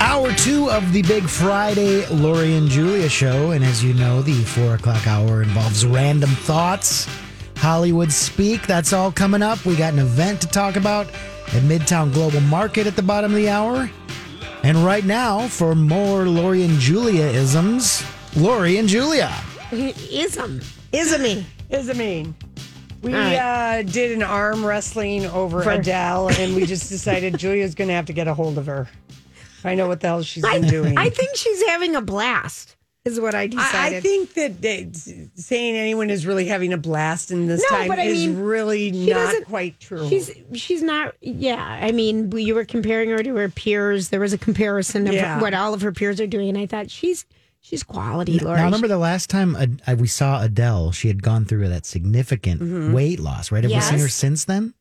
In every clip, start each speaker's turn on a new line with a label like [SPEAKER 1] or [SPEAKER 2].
[SPEAKER 1] Hour two of the big Friday Lori and Julia show. And as you know, the four o'clock hour involves random thoughts, Hollywood speak. That's all coming up. We got an event to talk about at Midtown Global Market at the bottom of the hour. And right now, for more Lori and Julia isms, Lori and Julia.
[SPEAKER 2] Ism. Ism me.
[SPEAKER 3] Is it mean? We
[SPEAKER 2] All
[SPEAKER 3] uh, did an arm wrestling over
[SPEAKER 2] For-
[SPEAKER 3] Adele, and we just decided Julia's going to have to get a hold of her. I know what the hell she's been doing.
[SPEAKER 2] I think she's having a blast, is what I
[SPEAKER 3] I,
[SPEAKER 2] decided.
[SPEAKER 3] I think that they, saying anyone is really having a blast in this
[SPEAKER 2] No,
[SPEAKER 3] time
[SPEAKER 2] but I
[SPEAKER 3] is
[SPEAKER 2] mean,
[SPEAKER 3] really
[SPEAKER 2] she
[SPEAKER 3] not
[SPEAKER 2] doesn't-
[SPEAKER 3] quite true.
[SPEAKER 2] She's she's not yeah. I mean, you were comparing her to her peers. There was a comparison of
[SPEAKER 3] Yeah.
[SPEAKER 2] what all of her peers are doing, and I thought she's she's quality, Lori.
[SPEAKER 1] Now, remember the last time Ad- I- we saw Adele, she had gone through that significant weight loss, right? Have we seen
[SPEAKER 2] Mm-hmm. Yes.
[SPEAKER 1] her since then?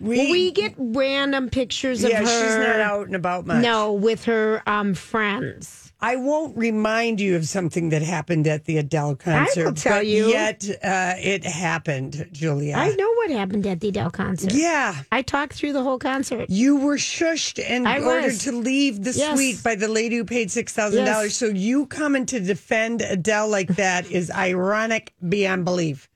[SPEAKER 3] we,
[SPEAKER 2] we get random pictures of
[SPEAKER 3] yeah,
[SPEAKER 2] her.
[SPEAKER 3] she's not out and about much.
[SPEAKER 2] No, with her um, friends.
[SPEAKER 3] I won't remind you of something that happened at the Adele concert.
[SPEAKER 2] tell
[SPEAKER 3] but
[SPEAKER 2] you.
[SPEAKER 3] Yet uh, it happened, Julia.
[SPEAKER 2] I know what happened at the Adele concert.
[SPEAKER 3] Yeah.
[SPEAKER 2] I talked through the whole concert.
[SPEAKER 3] You were shushed and
[SPEAKER 2] I
[SPEAKER 3] ordered
[SPEAKER 2] was.
[SPEAKER 3] to leave the
[SPEAKER 2] Yes.
[SPEAKER 3] suite by the lady who paid six thousand dollars.
[SPEAKER 2] Yes.
[SPEAKER 3] So you coming to defend Adele like that is ironic beyond belief.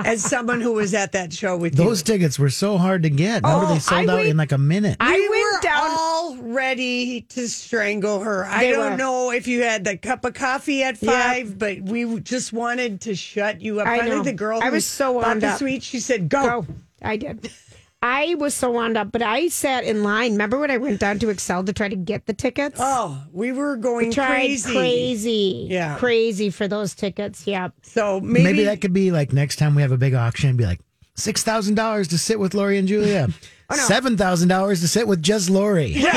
[SPEAKER 3] As someone who was at that show with
[SPEAKER 1] Those
[SPEAKER 3] you,
[SPEAKER 1] tickets were so hard to get. Remember,
[SPEAKER 2] Oh,
[SPEAKER 1] they sold
[SPEAKER 2] I
[SPEAKER 1] out
[SPEAKER 2] wait-
[SPEAKER 1] in like a minute.
[SPEAKER 2] I
[SPEAKER 3] we
[SPEAKER 2] went
[SPEAKER 3] were
[SPEAKER 2] down.
[SPEAKER 3] all ready to strangle her. I
[SPEAKER 2] They
[SPEAKER 3] don't
[SPEAKER 2] were.
[SPEAKER 3] know if you had the cup of coffee at
[SPEAKER 2] Yep.
[SPEAKER 3] five, but we just wanted to shut you up.
[SPEAKER 2] I
[SPEAKER 3] Finally,
[SPEAKER 2] know.
[SPEAKER 3] the girl
[SPEAKER 2] I
[SPEAKER 3] who
[SPEAKER 2] was so
[SPEAKER 3] bought
[SPEAKER 2] wound
[SPEAKER 3] the
[SPEAKER 2] up.
[SPEAKER 3] suite. She said, "Go."
[SPEAKER 2] Go. Oh, I did. I was so wound up, but I sat in line. Remember when I went down to Excel to try to get the tickets?
[SPEAKER 3] Oh, we were going
[SPEAKER 2] tried
[SPEAKER 3] crazy.
[SPEAKER 2] crazy.
[SPEAKER 3] Yeah.
[SPEAKER 2] Crazy for those tickets. Yep.
[SPEAKER 3] So
[SPEAKER 1] Maybe, that could be like next time we have a big auction, be like six thousand dollars to sit with Lori and Julia,
[SPEAKER 2] Oh,
[SPEAKER 1] seven thousand dollars to sit with just Lori.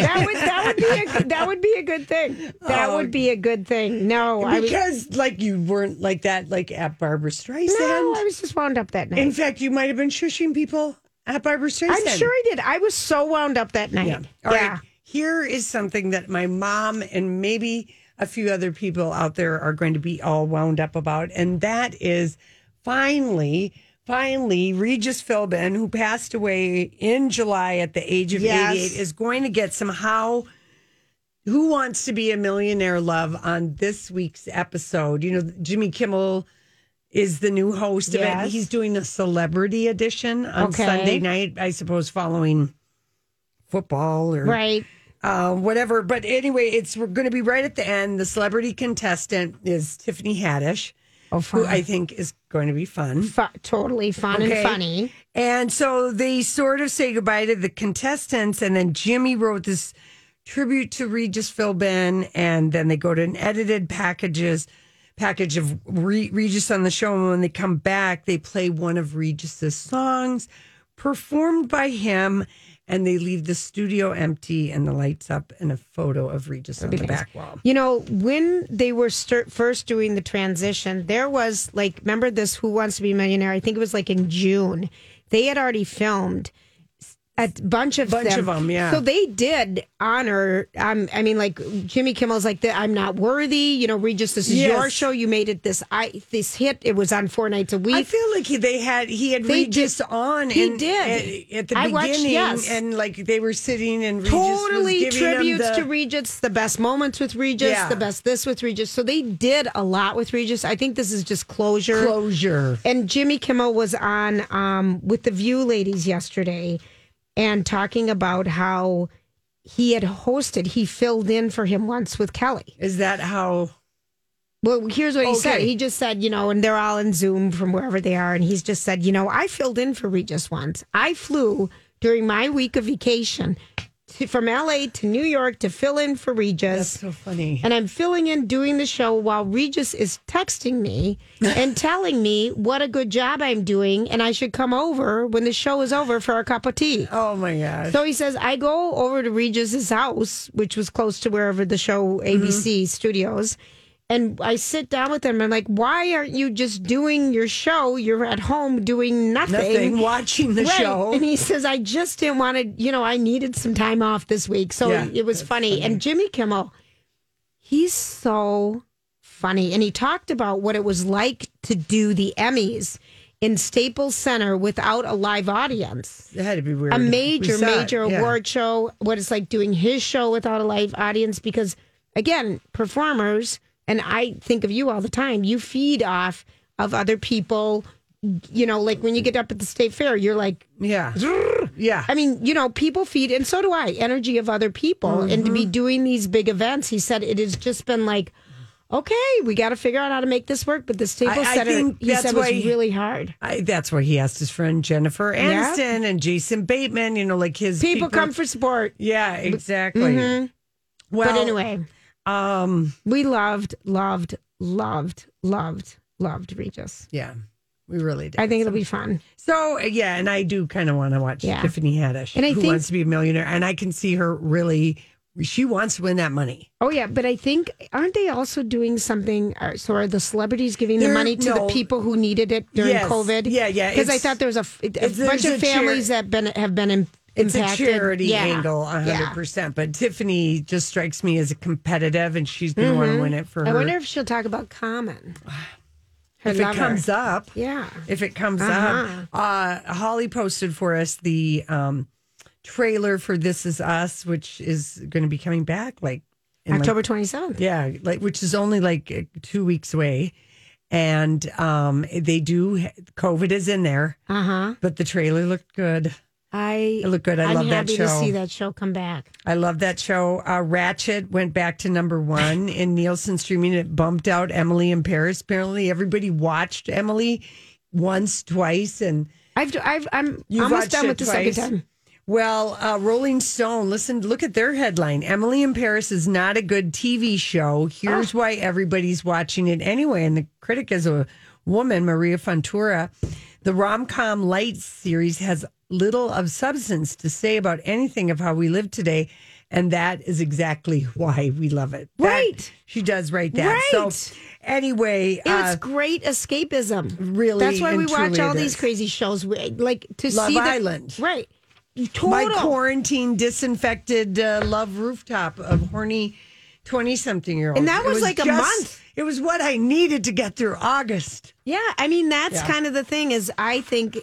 [SPEAKER 2] That would that would be a that would be a good thing. That would be a good thing. No, I was
[SPEAKER 3] because like you weren't like that like at Barbara Streisand.
[SPEAKER 2] no, I was just wound up that night.
[SPEAKER 3] In fact, you might have been shushing people at Barbara Streisand.
[SPEAKER 2] I'm sure I did. I was so wound up that night.
[SPEAKER 3] Yeah.
[SPEAKER 2] Yeah.
[SPEAKER 3] All right. Here is something that my mom and maybe a few other people out there are going to be all wound up about, and that is finally. Finally, Regis Philbin, who passed away in July at the age of
[SPEAKER 2] Yes.
[SPEAKER 3] 88, is going to get somehow Who Wants to Be a Millionaire Love on this week's episode. You know, Jimmy Kimmel is the new host of it.
[SPEAKER 2] Yes.
[SPEAKER 3] He's doing a celebrity edition on
[SPEAKER 2] Okay.
[SPEAKER 3] Sunday night, I suppose, following football or
[SPEAKER 2] Right.
[SPEAKER 3] uh, whatever. But anyway, it's we're going to be right at the end. The celebrity contestant is Tiffany Haddish,
[SPEAKER 2] Oh,
[SPEAKER 3] who
[SPEAKER 2] fun.
[SPEAKER 3] I think is going to be fun.
[SPEAKER 2] Fu- totally fun
[SPEAKER 3] Okay.
[SPEAKER 2] and funny.
[SPEAKER 3] And so they sort of say goodbye to the contestants, and then Jimmy wrote this tribute to Regis Philbin, and then they go to an edited packages package of Re- Regis on the show. And when they come back, they play one of Regis's songs performed by him, and they leave the studio empty and the lights up and a photo of Regis on the back wall.
[SPEAKER 2] You know, when they were stir first doing the transition, there was like, remember this Who Wants to Be a Millionaire? I think it was like in June. They had already filmed a bunch of
[SPEAKER 3] Bunch
[SPEAKER 2] them.
[SPEAKER 3] of 'em, yeah.
[SPEAKER 2] So they did honor. Um, I mean, like Jimmy Kimmel's like, the, I'm not worthy. You know, Regis, this is
[SPEAKER 3] Yes.
[SPEAKER 2] your show. You made it this I this hit. It was on four nights a week.
[SPEAKER 3] I feel like he, they had he had
[SPEAKER 2] They
[SPEAKER 3] Regis
[SPEAKER 2] did-
[SPEAKER 3] on.
[SPEAKER 2] he
[SPEAKER 3] in-
[SPEAKER 2] did.
[SPEAKER 3] at, at the
[SPEAKER 2] I
[SPEAKER 3] beginning,
[SPEAKER 2] watched- yes.
[SPEAKER 3] and like they were sitting and Regis was
[SPEAKER 2] totally
[SPEAKER 3] giving him
[SPEAKER 2] tributes
[SPEAKER 3] the-
[SPEAKER 2] to Regis, the best moments with Regis,
[SPEAKER 3] Yeah.
[SPEAKER 2] the best this with Regis. So they did a lot with Regis. I think this is just closure.
[SPEAKER 3] closure.
[SPEAKER 2] And Jimmy Kimmel was on um, with the View ladies yesterday and talking about how he had hosted. He filled in for him once with Kelly.
[SPEAKER 3] Is that how?
[SPEAKER 2] Well, here's what he said.
[SPEAKER 3] Okay.
[SPEAKER 2] He just said, you know, and they're all in Zoom from wherever they are. And he's just said, you know, I filled in for Regis once. I flew during my week of vacation to, from LA to New York to fill in for Regis.
[SPEAKER 3] So funny.
[SPEAKER 2] and I'm filling in doing the show while Regis is texting me and telling me what a good job I'm doing and I should come over when the show is over for a cup of tea.
[SPEAKER 3] Oh my gosh.
[SPEAKER 2] So he says, I go over to Regis's house, which was close to wherever the show ABC studios. And I sit down with him. and I'm like, why aren't you just doing your show? You're at home doing nothing.
[SPEAKER 3] Nothing. Watching the
[SPEAKER 2] Right.
[SPEAKER 3] show.
[SPEAKER 2] And he says, I just didn't want to, you know, I needed some time off this week. So
[SPEAKER 3] Yeah,
[SPEAKER 2] it was funny. And Jimmy Kimmel, he's so funny. And he talked about what it was like to do the Emmys in Staples Center without a live audience
[SPEAKER 3] that had to be weird.
[SPEAKER 2] a
[SPEAKER 3] We
[SPEAKER 2] major,
[SPEAKER 3] saw it,
[SPEAKER 2] major
[SPEAKER 3] yeah.
[SPEAKER 2] award show. What it's like doing his show without a live audience because, again, performers, and I think of you all the time, you feed off of other people. You know, like when you get up at the state fair, you're like,
[SPEAKER 3] Yeah. Yeah.
[SPEAKER 2] I mean, you know, people feed, and so do I, energy of other people. And to be
[SPEAKER 3] Mm-hmm.
[SPEAKER 2] doing these big events, he said it has just been like, okay, we got to figure out how to make this work. But the Staples
[SPEAKER 3] I
[SPEAKER 2] Center,
[SPEAKER 3] think
[SPEAKER 2] he
[SPEAKER 3] that's
[SPEAKER 2] said, was
[SPEAKER 3] why-
[SPEAKER 2] really hard.
[SPEAKER 3] I, that's where he asked his friend Jennifer
[SPEAKER 2] Yeah.
[SPEAKER 3] Aniston and Jason Bateman, you know, like his
[SPEAKER 2] People come for support.
[SPEAKER 3] Yeah, exactly. Well,
[SPEAKER 2] but anyway.
[SPEAKER 3] um,
[SPEAKER 2] We loved, loved, loved, loved, loved Regis.
[SPEAKER 3] yeah, we really did.
[SPEAKER 2] I think it'll be fun.
[SPEAKER 3] so. uh, Yeah, and I do kind of want to watch
[SPEAKER 2] Yeah.
[SPEAKER 3] Tiffany Haddish,
[SPEAKER 2] And I
[SPEAKER 3] who
[SPEAKER 2] think-
[SPEAKER 3] wants to be a millionaire, and I can see her really. She wants to win that money.
[SPEAKER 2] Oh yeah, but I think aren't they also doing something? uh, So are the celebrities giving the
[SPEAKER 3] They're-
[SPEAKER 2] money to
[SPEAKER 3] no.
[SPEAKER 2] the people who needed it during
[SPEAKER 3] Yes.
[SPEAKER 2] COVID?
[SPEAKER 3] Yeah, yeah,
[SPEAKER 2] Because I
[SPEAKER 3] it's-
[SPEAKER 2] thought there was a, f- a
[SPEAKER 3] it's-
[SPEAKER 2] bunch
[SPEAKER 3] there's
[SPEAKER 2] of
[SPEAKER 3] a chari-
[SPEAKER 2] families that been have been Im-
[SPEAKER 3] It's
[SPEAKER 2] impacted.
[SPEAKER 3] a charity
[SPEAKER 2] Yeah.
[SPEAKER 3] angle, hundred
[SPEAKER 2] Yeah.
[SPEAKER 3] percent. But Tiffany just strikes me as a competitive, and she's going to want to win it for
[SPEAKER 2] Mm-hmm. I
[SPEAKER 3] her.
[SPEAKER 2] wonder if she'll talk about Common. Her
[SPEAKER 3] if it
[SPEAKER 2] lover.
[SPEAKER 3] comes up.
[SPEAKER 2] Yeah.
[SPEAKER 3] if it comes
[SPEAKER 2] Uh-huh.
[SPEAKER 3] up. Uh, Holly posted for us the um, trailer for This Is Us, which is going to be coming back like in like-
[SPEAKER 2] October 27th.
[SPEAKER 3] yeah, like which is only like uh, two weeks away, and um, they do. COVID is in there,
[SPEAKER 2] Uh huh.
[SPEAKER 3] but the trailer looked good.
[SPEAKER 2] I
[SPEAKER 3] It looked good. I
[SPEAKER 2] am
[SPEAKER 3] love that
[SPEAKER 2] happy to
[SPEAKER 3] show.
[SPEAKER 2] see that show come back.
[SPEAKER 3] I love that show. Uh, Ratchet went back to number one in Nielsen streaming. It bumped out Emily in Paris. Apparently, everybody watched Emily once, twice, and
[SPEAKER 2] I've, I've I'm
[SPEAKER 3] You've
[SPEAKER 2] almost
[SPEAKER 3] watched
[SPEAKER 2] done
[SPEAKER 3] it
[SPEAKER 2] with the
[SPEAKER 3] twice.
[SPEAKER 2] second time.
[SPEAKER 3] Well, uh, Rolling Stone, listen, look at their headline. Emily in Paris is not a good TV show. Here's why everybody's watching it anyway. And the critic is a woman, Maria Fontura. The rom com light series has little of substance to say about anything of how we live today. And that is exactly why we love it. That-
[SPEAKER 2] Right.
[SPEAKER 3] she does write that.
[SPEAKER 2] Right.
[SPEAKER 3] So, anyway,
[SPEAKER 2] It's
[SPEAKER 3] uh,
[SPEAKER 2] great escapism.
[SPEAKER 3] really
[SPEAKER 2] That's why
[SPEAKER 3] and
[SPEAKER 2] we watch
[SPEAKER 3] truly
[SPEAKER 2] all
[SPEAKER 3] it
[SPEAKER 2] these
[SPEAKER 3] is.
[SPEAKER 2] crazy shows. We- Like to
[SPEAKER 3] Love
[SPEAKER 2] see the,
[SPEAKER 3] Island.
[SPEAKER 2] right?
[SPEAKER 3] my
[SPEAKER 2] Total.
[SPEAKER 3] quarantine disinfected uh, love rooftop of horny 20 something year old.
[SPEAKER 2] And that was like a month.
[SPEAKER 3] It was what I needed to get through August.
[SPEAKER 2] yeah, I mean that's
[SPEAKER 3] Yeah.
[SPEAKER 2] kind of the thing. Is I think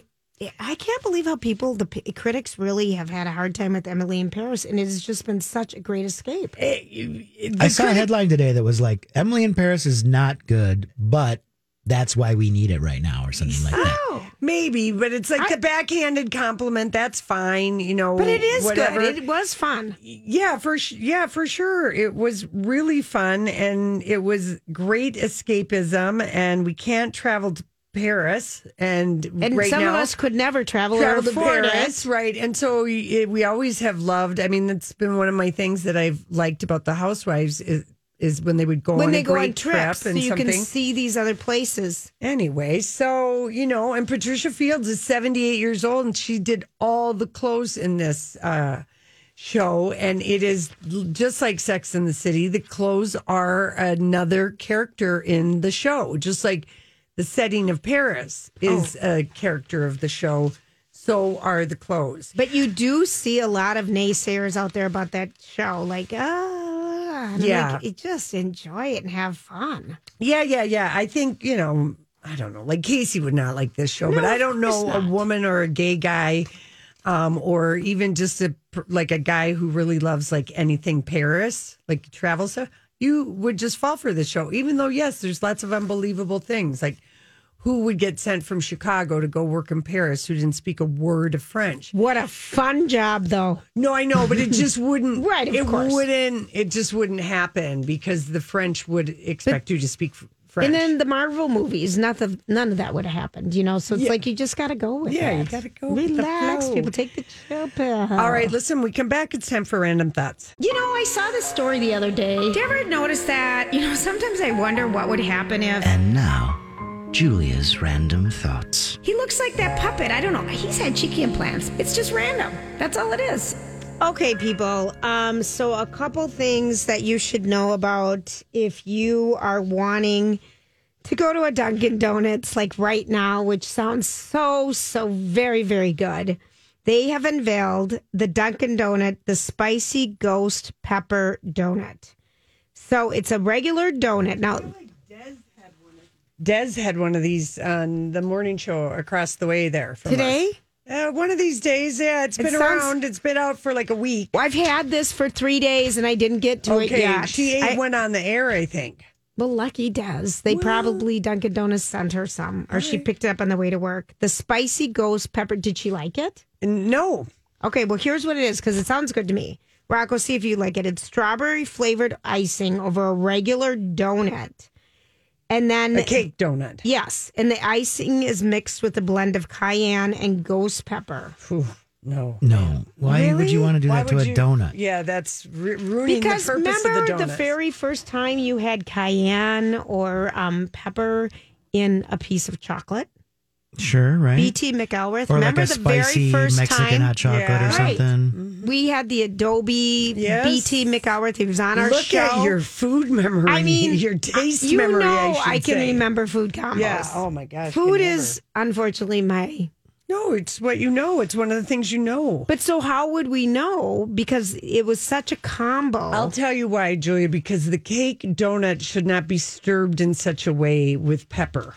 [SPEAKER 2] I can't believe how people the p- critics really have had a hard time with Emily in Paris, and it has just been such a great escape.
[SPEAKER 3] Eh,
[SPEAKER 1] I saw a headline today that was like, Emily in Paris is not good, but that's why we need it right now, or something like that.
[SPEAKER 2] Oh,
[SPEAKER 3] Maybe, but it's like
[SPEAKER 2] I-
[SPEAKER 3] the backhanded compliment. That's fine, you know.
[SPEAKER 2] but it is
[SPEAKER 3] whatever.
[SPEAKER 2] good. It was fun.
[SPEAKER 3] yeah, for sh- yeah, for sure. It was really fun, and it was great escapism. And we can't travel to Paris, and,
[SPEAKER 2] And
[SPEAKER 3] right
[SPEAKER 2] some
[SPEAKER 3] now,
[SPEAKER 2] of us could never travel,
[SPEAKER 3] travel
[SPEAKER 2] or
[SPEAKER 3] to
[SPEAKER 2] afford
[SPEAKER 3] Paris,
[SPEAKER 2] it.
[SPEAKER 3] right? And so we, we always have loved. I mean, that's been one of my things that I've liked about the Housewives is, is when they would go
[SPEAKER 2] When
[SPEAKER 3] on
[SPEAKER 2] they
[SPEAKER 3] a
[SPEAKER 2] go
[SPEAKER 3] great
[SPEAKER 2] on trips,
[SPEAKER 3] trip
[SPEAKER 2] so
[SPEAKER 3] and
[SPEAKER 2] you
[SPEAKER 3] something.
[SPEAKER 2] can see these other places.
[SPEAKER 3] Anyway, so you know, and Patricia Fields is seventy eight years old, and she did all the clothes in this uh, show, and it is l- just like Sex in the City. The clothes are another character in the show, just like the setting of Paris is a character of the show. So are the clothes.
[SPEAKER 2] But you do see a lot of naysayers out there about that show, like, ah, and I'm
[SPEAKER 3] Yeah.
[SPEAKER 2] like, "You just enjoy it and have fun.
[SPEAKER 3] Yeah, yeah, yeah. I think, you know, I don't know. Like Casey would not like this show, but I don't know a woman or a gay guy um or even just a like a guy who really loves like anything Paris, like travel stuff. You would just fall for this show even though yes, there's lots of unbelievable things like who would get sent from Chicago to go work in Paris who didn't speak a word of French.
[SPEAKER 2] What a fun job, though.
[SPEAKER 3] No, I know, but it just wouldn't.
[SPEAKER 2] Right, of
[SPEAKER 3] it
[SPEAKER 2] course.
[SPEAKER 3] wouldn't. It just wouldn't happen because the French would expect you to speak f- French.
[SPEAKER 2] And then the Marvel movies, not the, none of that would have happened, you know? So it's like you just got to go with
[SPEAKER 3] Yeah, you
[SPEAKER 2] it.
[SPEAKER 3] gotta go with the
[SPEAKER 2] Relax,
[SPEAKER 3] flow.
[SPEAKER 2] people. Take the chill pill.
[SPEAKER 3] all right, listen. We come back. It's time for random thoughts.
[SPEAKER 4] You know, I saw this story the other day. Did you ever notice that? You know, sometimes I wonder what would happen if
[SPEAKER 5] And now, Julia's random thoughts.
[SPEAKER 4] he looks like that puppet. I don't know. He's had cheeky implants. It's just random. That's all it is.
[SPEAKER 2] Okay, people. Um, so, a couple things that you should know about if you are wanting to go to a Dunkin' Donuts like right now, which sounds so, so very, very good. They have unveiled the Dunkin' Donut, the spicy ghost pepper donut. So, it's a regular donut. Now,
[SPEAKER 3] Des had one of these on the morning show across the way there from
[SPEAKER 2] today,
[SPEAKER 3] us. Uh, one of these days, yeah, it's
[SPEAKER 2] It
[SPEAKER 3] been
[SPEAKER 2] sounds-
[SPEAKER 3] around. It's been out for like a week.
[SPEAKER 2] I've had this for three days and I didn't get to it
[SPEAKER 3] Okay,
[SPEAKER 2] yet.
[SPEAKER 3] she ate
[SPEAKER 2] Oh, I-
[SPEAKER 3] one on the air, I think.
[SPEAKER 2] Well, lucky does. They probably Dunkin' Donuts sent her some, or she picked it up on the way to work. The spicy ghost pepper. Did she like it?
[SPEAKER 3] And No,
[SPEAKER 2] Okay, well, here's what it is because it sounds good to me. Rocco, see if you like it. It's strawberry flavored icing over a regular donut. And then,
[SPEAKER 3] a cake donut.
[SPEAKER 2] yes, and the icing is mixed with a blend of cayenne and ghost pepper.
[SPEAKER 3] Phew, no.
[SPEAKER 1] No. Why would you want to do
[SPEAKER 3] Why
[SPEAKER 1] that to
[SPEAKER 3] would
[SPEAKER 1] a
[SPEAKER 3] you-
[SPEAKER 1] donut?
[SPEAKER 3] Yeah, that's ru- ruining
[SPEAKER 2] Because
[SPEAKER 3] the purpose
[SPEAKER 2] remember
[SPEAKER 3] of the
[SPEAKER 2] the,
[SPEAKER 3] donut.
[SPEAKER 2] very first time you had cayenne or um, pepper in a piece of chocolate?
[SPEAKER 1] Sure, right?
[SPEAKER 2] BT McElworth.
[SPEAKER 1] or like
[SPEAKER 2] Remember
[SPEAKER 1] a
[SPEAKER 2] the very
[SPEAKER 1] spicy
[SPEAKER 2] first
[SPEAKER 1] Mexican
[SPEAKER 2] time
[SPEAKER 1] hot chocolate
[SPEAKER 3] Yeah.
[SPEAKER 1] or
[SPEAKER 2] Right.
[SPEAKER 1] something.
[SPEAKER 2] we had the Adobe
[SPEAKER 3] Yes.
[SPEAKER 2] BT McElworth. He was on our
[SPEAKER 3] Look
[SPEAKER 2] show.
[SPEAKER 3] at your food memory.
[SPEAKER 2] I mean,
[SPEAKER 3] your taste
[SPEAKER 2] you
[SPEAKER 3] memory.
[SPEAKER 2] know,
[SPEAKER 3] I,
[SPEAKER 2] I,
[SPEAKER 3] should
[SPEAKER 2] can
[SPEAKER 3] say.
[SPEAKER 2] remember food combos.
[SPEAKER 3] Yeah. Oh my gosh. can
[SPEAKER 2] food
[SPEAKER 3] never-
[SPEAKER 2] is unfortunately my.
[SPEAKER 3] no. It's what you know. It's one of the things you know.
[SPEAKER 2] But so how would we know? Because it was such a combo.
[SPEAKER 3] I'll tell you why, Julia. Because the cake donut should not be stirred in such a way with pepper.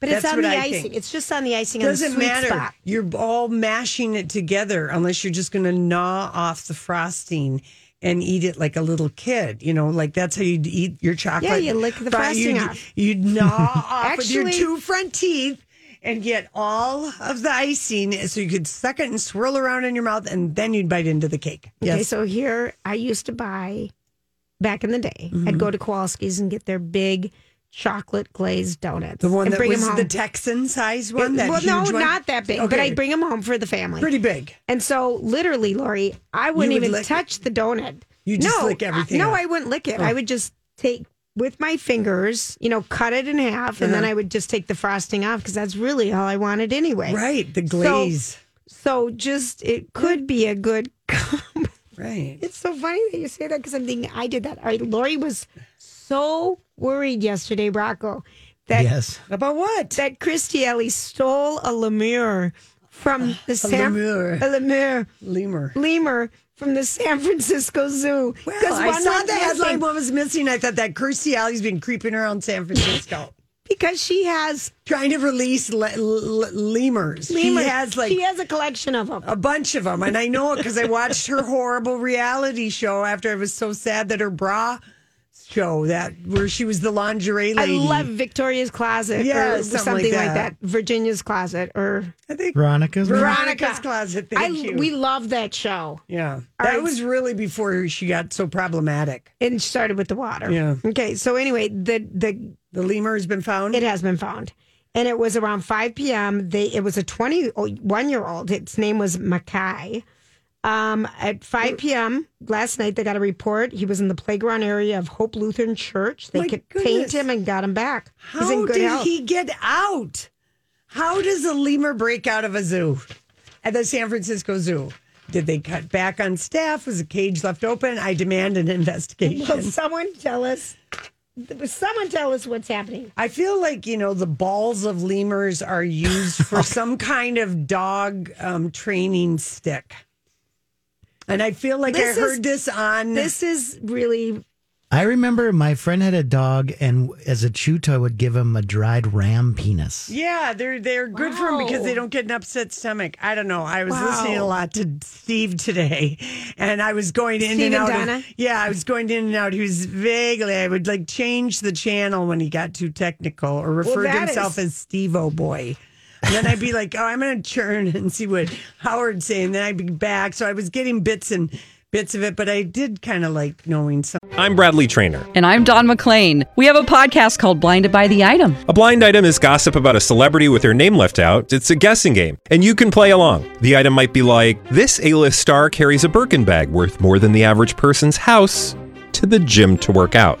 [SPEAKER 2] but it's
[SPEAKER 3] that's
[SPEAKER 2] on the
[SPEAKER 3] what I
[SPEAKER 2] icing.
[SPEAKER 3] think.
[SPEAKER 2] It's just on the icing. on the
[SPEAKER 3] Doesn't
[SPEAKER 2] sweet
[SPEAKER 3] matter.
[SPEAKER 2] Spot.
[SPEAKER 3] You're all mashing it together, unless you're just going to gnaw off the frosting and eat it like a little kid. You know, like that's how you'd eat your chocolate.
[SPEAKER 2] you lick the
[SPEAKER 3] But
[SPEAKER 2] frosting
[SPEAKER 3] you'd,
[SPEAKER 2] off.
[SPEAKER 3] You'd gnaw off with your
[SPEAKER 2] Actually-
[SPEAKER 3] two front teeth and get all of the icing, so you could suck it and swirl around in your mouth, and then you'd bite into the cake.
[SPEAKER 2] Okay,
[SPEAKER 3] Yes.
[SPEAKER 2] so here I used to buy back in the day. I'd go to Kowalski's and get their big chocolate glazed donuts.
[SPEAKER 3] the one
[SPEAKER 2] and
[SPEAKER 3] that
[SPEAKER 2] bring 'em
[SPEAKER 3] was
[SPEAKER 2] home.
[SPEAKER 3] the Texan size one. that
[SPEAKER 2] well, no,
[SPEAKER 3] huge one?
[SPEAKER 2] not that big, but
[SPEAKER 3] Okay.
[SPEAKER 2] I'd bring them home for the family.
[SPEAKER 3] pretty big.
[SPEAKER 2] And so, literally, Lori, I wouldn't
[SPEAKER 3] You would
[SPEAKER 2] even
[SPEAKER 3] lick
[SPEAKER 2] touch the donut.
[SPEAKER 3] You just
[SPEAKER 2] no,
[SPEAKER 3] lick everything
[SPEAKER 2] No,
[SPEAKER 3] up. Oh.
[SPEAKER 2] I wouldn't lick it. I would just take with my fingers, you know, cut it in half, and
[SPEAKER 3] Uh-huh.
[SPEAKER 2] then I would just take the frosting off because that's really all I wanted anyway.
[SPEAKER 3] Right, the glaze.
[SPEAKER 2] So, just it could be a good. combo.
[SPEAKER 3] right.
[SPEAKER 2] it's so funny that you say that because I'm thinking I did that. All right, Lori was so worried yesterday, Rocco, that
[SPEAKER 1] Yes.
[SPEAKER 3] About what?
[SPEAKER 2] that Christielli stole a lemur from the San
[SPEAKER 3] lemur.
[SPEAKER 2] a lemur
[SPEAKER 3] Lemur.
[SPEAKER 2] lemur from the San Francisco Zoo.
[SPEAKER 3] Well, I
[SPEAKER 2] one
[SPEAKER 3] saw
[SPEAKER 2] went
[SPEAKER 3] the headline.
[SPEAKER 2] missing
[SPEAKER 3] One was missing. I thought that Kirstie Alley's been creeping around San Francisco,
[SPEAKER 2] because she has
[SPEAKER 3] trying to release le- le-
[SPEAKER 2] lemurs.
[SPEAKER 3] lemurs. She has like
[SPEAKER 2] she has a collection of them.
[SPEAKER 3] a bunch of them, and I know it because I watched her horrible reality show. After I was so sad that her bra show that where she was the lingerie
[SPEAKER 2] I
[SPEAKER 3] lady.
[SPEAKER 2] love Victoria's Closet
[SPEAKER 3] Yeah,
[SPEAKER 2] or
[SPEAKER 3] something like
[SPEAKER 2] something like that.
[SPEAKER 3] that.
[SPEAKER 2] Virginia's Closet or
[SPEAKER 3] I think
[SPEAKER 1] Veronica's
[SPEAKER 3] Veronica's closet. Thank
[SPEAKER 2] I,
[SPEAKER 3] you.
[SPEAKER 2] We love that show.
[SPEAKER 3] yeah,
[SPEAKER 2] All
[SPEAKER 3] that
[SPEAKER 2] right.
[SPEAKER 3] was really before she got so problematic.
[SPEAKER 2] And she started with the water.
[SPEAKER 3] Yeah.
[SPEAKER 2] Okay. So anyway, the the
[SPEAKER 3] The lemur has been found.
[SPEAKER 2] It has been found. And it was around 5 p.m. They it was a 21 year old. Its name was Mackay. Um, at 5 p.m. last night, they got a report. He was in the playground area of Hope Lutheran Church. They
[SPEAKER 3] My
[SPEAKER 2] could
[SPEAKER 3] goodness.
[SPEAKER 2] paint him and got him back.
[SPEAKER 3] How
[SPEAKER 2] He's in good
[SPEAKER 3] did
[SPEAKER 2] health.
[SPEAKER 3] he get out? How does a lemur break out of a zoo? At the San Francisco Zoo. Did they cut back on staff? Was a cage left open? I demand an
[SPEAKER 2] Will
[SPEAKER 3] investigation.
[SPEAKER 2] someone tell us? Someone tell us what's happening.
[SPEAKER 3] I feel like, you know, the balls of lemurs are used for some kind of dog um, training stick. And I feel like
[SPEAKER 2] This
[SPEAKER 3] I
[SPEAKER 2] is-
[SPEAKER 3] heard this on
[SPEAKER 2] This is really
[SPEAKER 1] I remember my friend had a dog, and as a chew toy, would give him a dried ram penis.
[SPEAKER 3] Yeah, they're they're good for them because they
[SPEAKER 2] Wow.
[SPEAKER 3] don't get an upset stomach. I don't know. I was
[SPEAKER 2] Wow.
[SPEAKER 3] listening a lot to Steve today, and I was going in
[SPEAKER 2] Steve and
[SPEAKER 3] and out. of-
[SPEAKER 2] Donna?
[SPEAKER 3] yeah, I was going in and out. He was vaguely. I would like change the channel when he got too technical, or referred to
[SPEAKER 2] that
[SPEAKER 3] himself
[SPEAKER 2] is-
[SPEAKER 3] as Steve O Boy. And then I'd be like, "Oh, I'm going to churn and see what Howard's saying." Then I'd be back. So I was getting bits and bits of it, but I did kind of like knowing some.
[SPEAKER 6] I'm Bradley Trainer.
[SPEAKER 7] And I'm Don McClain. We have a podcast called Blinded by the Item.
[SPEAKER 6] A blind item is gossip about a celebrity with their name left out. It's a guessing game, and you can play along. The item might be like this: A-list star carries a Birkin bag worth more than the average person's house to the gym to work out.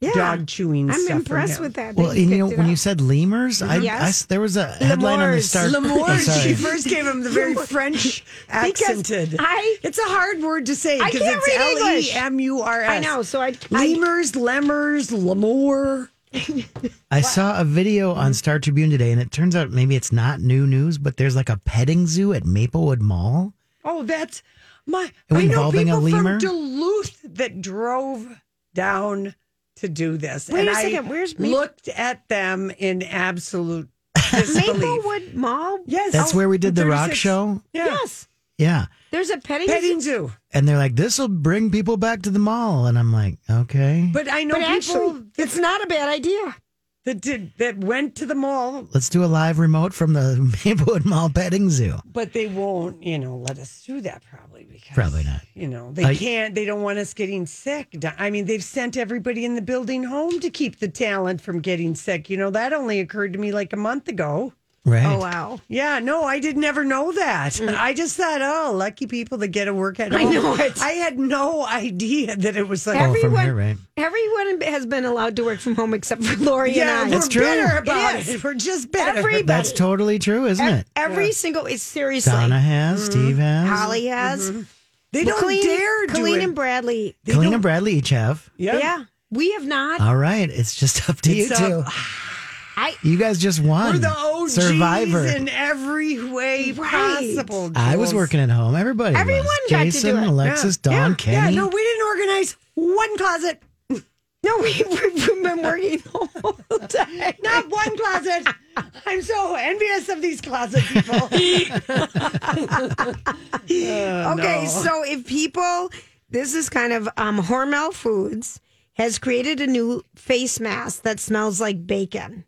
[SPEAKER 2] Yeah.
[SPEAKER 3] dog chewing.
[SPEAKER 2] I'm
[SPEAKER 3] stuff from
[SPEAKER 2] impressed
[SPEAKER 3] him.
[SPEAKER 2] with that.
[SPEAKER 1] Well,
[SPEAKER 2] that you
[SPEAKER 1] and you know,
[SPEAKER 2] picked it
[SPEAKER 1] when you
[SPEAKER 2] up.
[SPEAKER 1] said lemurs, I, I
[SPEAKER 2] Yes.
[SPEAKER 1] s- there was a headline on the
[SPEAKER 2] Lemurs.
[SPEAKER 1] Star. I'm
[SPEAKER 2] Oh,
[SPEAKER 3] Lemoore, she
[SPEAKER 1] sorry.
[SPEAKER 3] first gave him the very French accented.
[SPEAKER 2] I-
[SPEAKER 3] it's a hard word to say
[SPEAKER 2] I
[SPEAKER 3] because
[SPEAKER 2] can't
[SPEAKER 3] it's
[SPEAKER 2] read
[SPEAKER 3] L E
[SPEAKER 2] English.
[SPEAKER 3] M U R S.
[SPEAKER 2] I know, so I- I-
[SPEAKER 3] lemurs, lemurs, Lemoore.
[SPEAKER 1] I saw a video
[SPEAKER 2] Mm-hmm.
[SPEAKER 1] on Star Tribune today, and it turns out maybe it's not new news, but there's like a petting zoo at Maplewood Mall.
[SPEAKER 3] Oh, that's my. I know
[SPEAKER 1] Involving a
[SPEAKER 3] people
[SPEAKER 1] lemur?
[SPEAKER 3] from Duluth that drove down to do this.
[SPEAKER 2] Wait
[SPEAKER 3] and
[SPEAKER 2] a
[SPEAKER 3] I
[SPEAKER 2] second, where's Ma-
[SPEAKER 3] looked at them in absolute disbelief.
[SPEAKER 2] Maplewood Mall.
[SPEAKER 3] Yes,
[SPEAKER 1] That's
[SPEAKER 3] oh,
[SPEAKER 1] where we did the rock
[SPEAKER 3] 36.
[SPEAKER 1] show.
[SPEAKER 3] Yeah.
[SPEAKER 2] Yes,
[SPEAKER 1] Yeah.
[SPEAKER 2] there's a petting.
[SPEAKER 3] petting zoo.
[SPEAKER 1] And they're like, this will bring people back to the mall. And I'm like, okay,
[SPEAKER 3] But I know
[SPEAKER 2] but
[SPEAKER 3] people
[SPEAKER 2] actually, it's not a bad idea.
[SPEAKER 3] that did that went to the mall
[SPEAKER 1] let's do a live remote from the Maplewood Mall petting zoo.
[SPEAKER 3] But they won't, you know, let us do that probably because
[SPEAKER 1] Probably not.
[SPEAKER 3] You know, they
[SPEAKER 1] I-
[SPEAKER 3] can't. They don't want us getting sick. Di- I mean, they've sent everybody in the building home to keep the talent from getting sick. You know, that only occurred to me like a month ago.
[SPEAKER 1] Right.
[SPEAKER 2] Oh wow.
[SPEAKER 3] Yeah, no, I did never know that. I just thought, oh, lucky people that get to work at home.
[SPEAKER 2] know it.
[SPEAKER 3] I had no idea that it was like.
[SPEAKER 1] Oh, from
[SPEAKER 2] everyone-
[SPEAKER 1] here, right?
[SPEAKER 2] Everyone has been allowed to work from home except for Lori
[SPEAKER 3] Yeah,
[SPEAKER 2] and I.
[SPEAKER 3] we're
[SPEAKER 1] That's true.
[SPEAKER 3] better
[SPEAKER 2] It
[SPEAKER 3] about it,
[SPEAKER 2] is.
[SPEAKER 3] We're just better.
[SPEAKER 2] Everybody-
[SPEAKER 1] That's totally true, isn't it?
[SPEAKER 2] Every single is seriously.
[SPEAKER 1] Donna has, Steve has,
[SPEAKER 2] Holly has.
[SPEAKER 3] Mm-hmm. They don't
[SPEAKER 2] Colleen-
[SPEAKER 3] dare do
[SPEAKER 2] Colleen
[SPEAKER 3] it.
[SPEAKER 2] and Bradley.
[SPEAKER 1] Colleen and Uh, Bradley each have.
[SPEAKER 2] Yeah. we have not.
[SPEAKER 1] All right, it's just up to
[SPEAKER 3] It's
[SPEAKER 1] you two.
[SPEAKER 3] up.
[SPEAKER 2] I
[SPEAKER 1] You guys just won.
[SPEAKER 3] We're the OGs
[SPEAKER 1] Survivor.
[SPEAKER 3] in every way
[SPEAKER 2] Right.
[SPEAKER 3] possible.
[SPEAKER 1] I was
[SPEAKER 3] Jules.
[SPEAKER 1] working at home. Everybody, was.
[SPEAKER 2] Everyone got to do
[SPEAKER 1] Jason,
[SPEAKER 2] it.
[SPEAKER 1] Alexis,
[SPEAKER 3] Yeah.
[SPEAKER 1] Dawn,
[SPEAKER 3] yeah.
[SPEAKER 1] Kenny.
[SPEAKER 3] Yeah, no, we didn't organize one closet.
[SPEAKER 2] no, we, we've been working the whole time.
[SPEAKER 3] Not one closet. I'm so envious of these closet people.
[SPEAKER 1] Oh,
[SPEAKER 2] Okay, so if people, this is kind of um, Hormel Foods has created a new face mask that smells like bacon.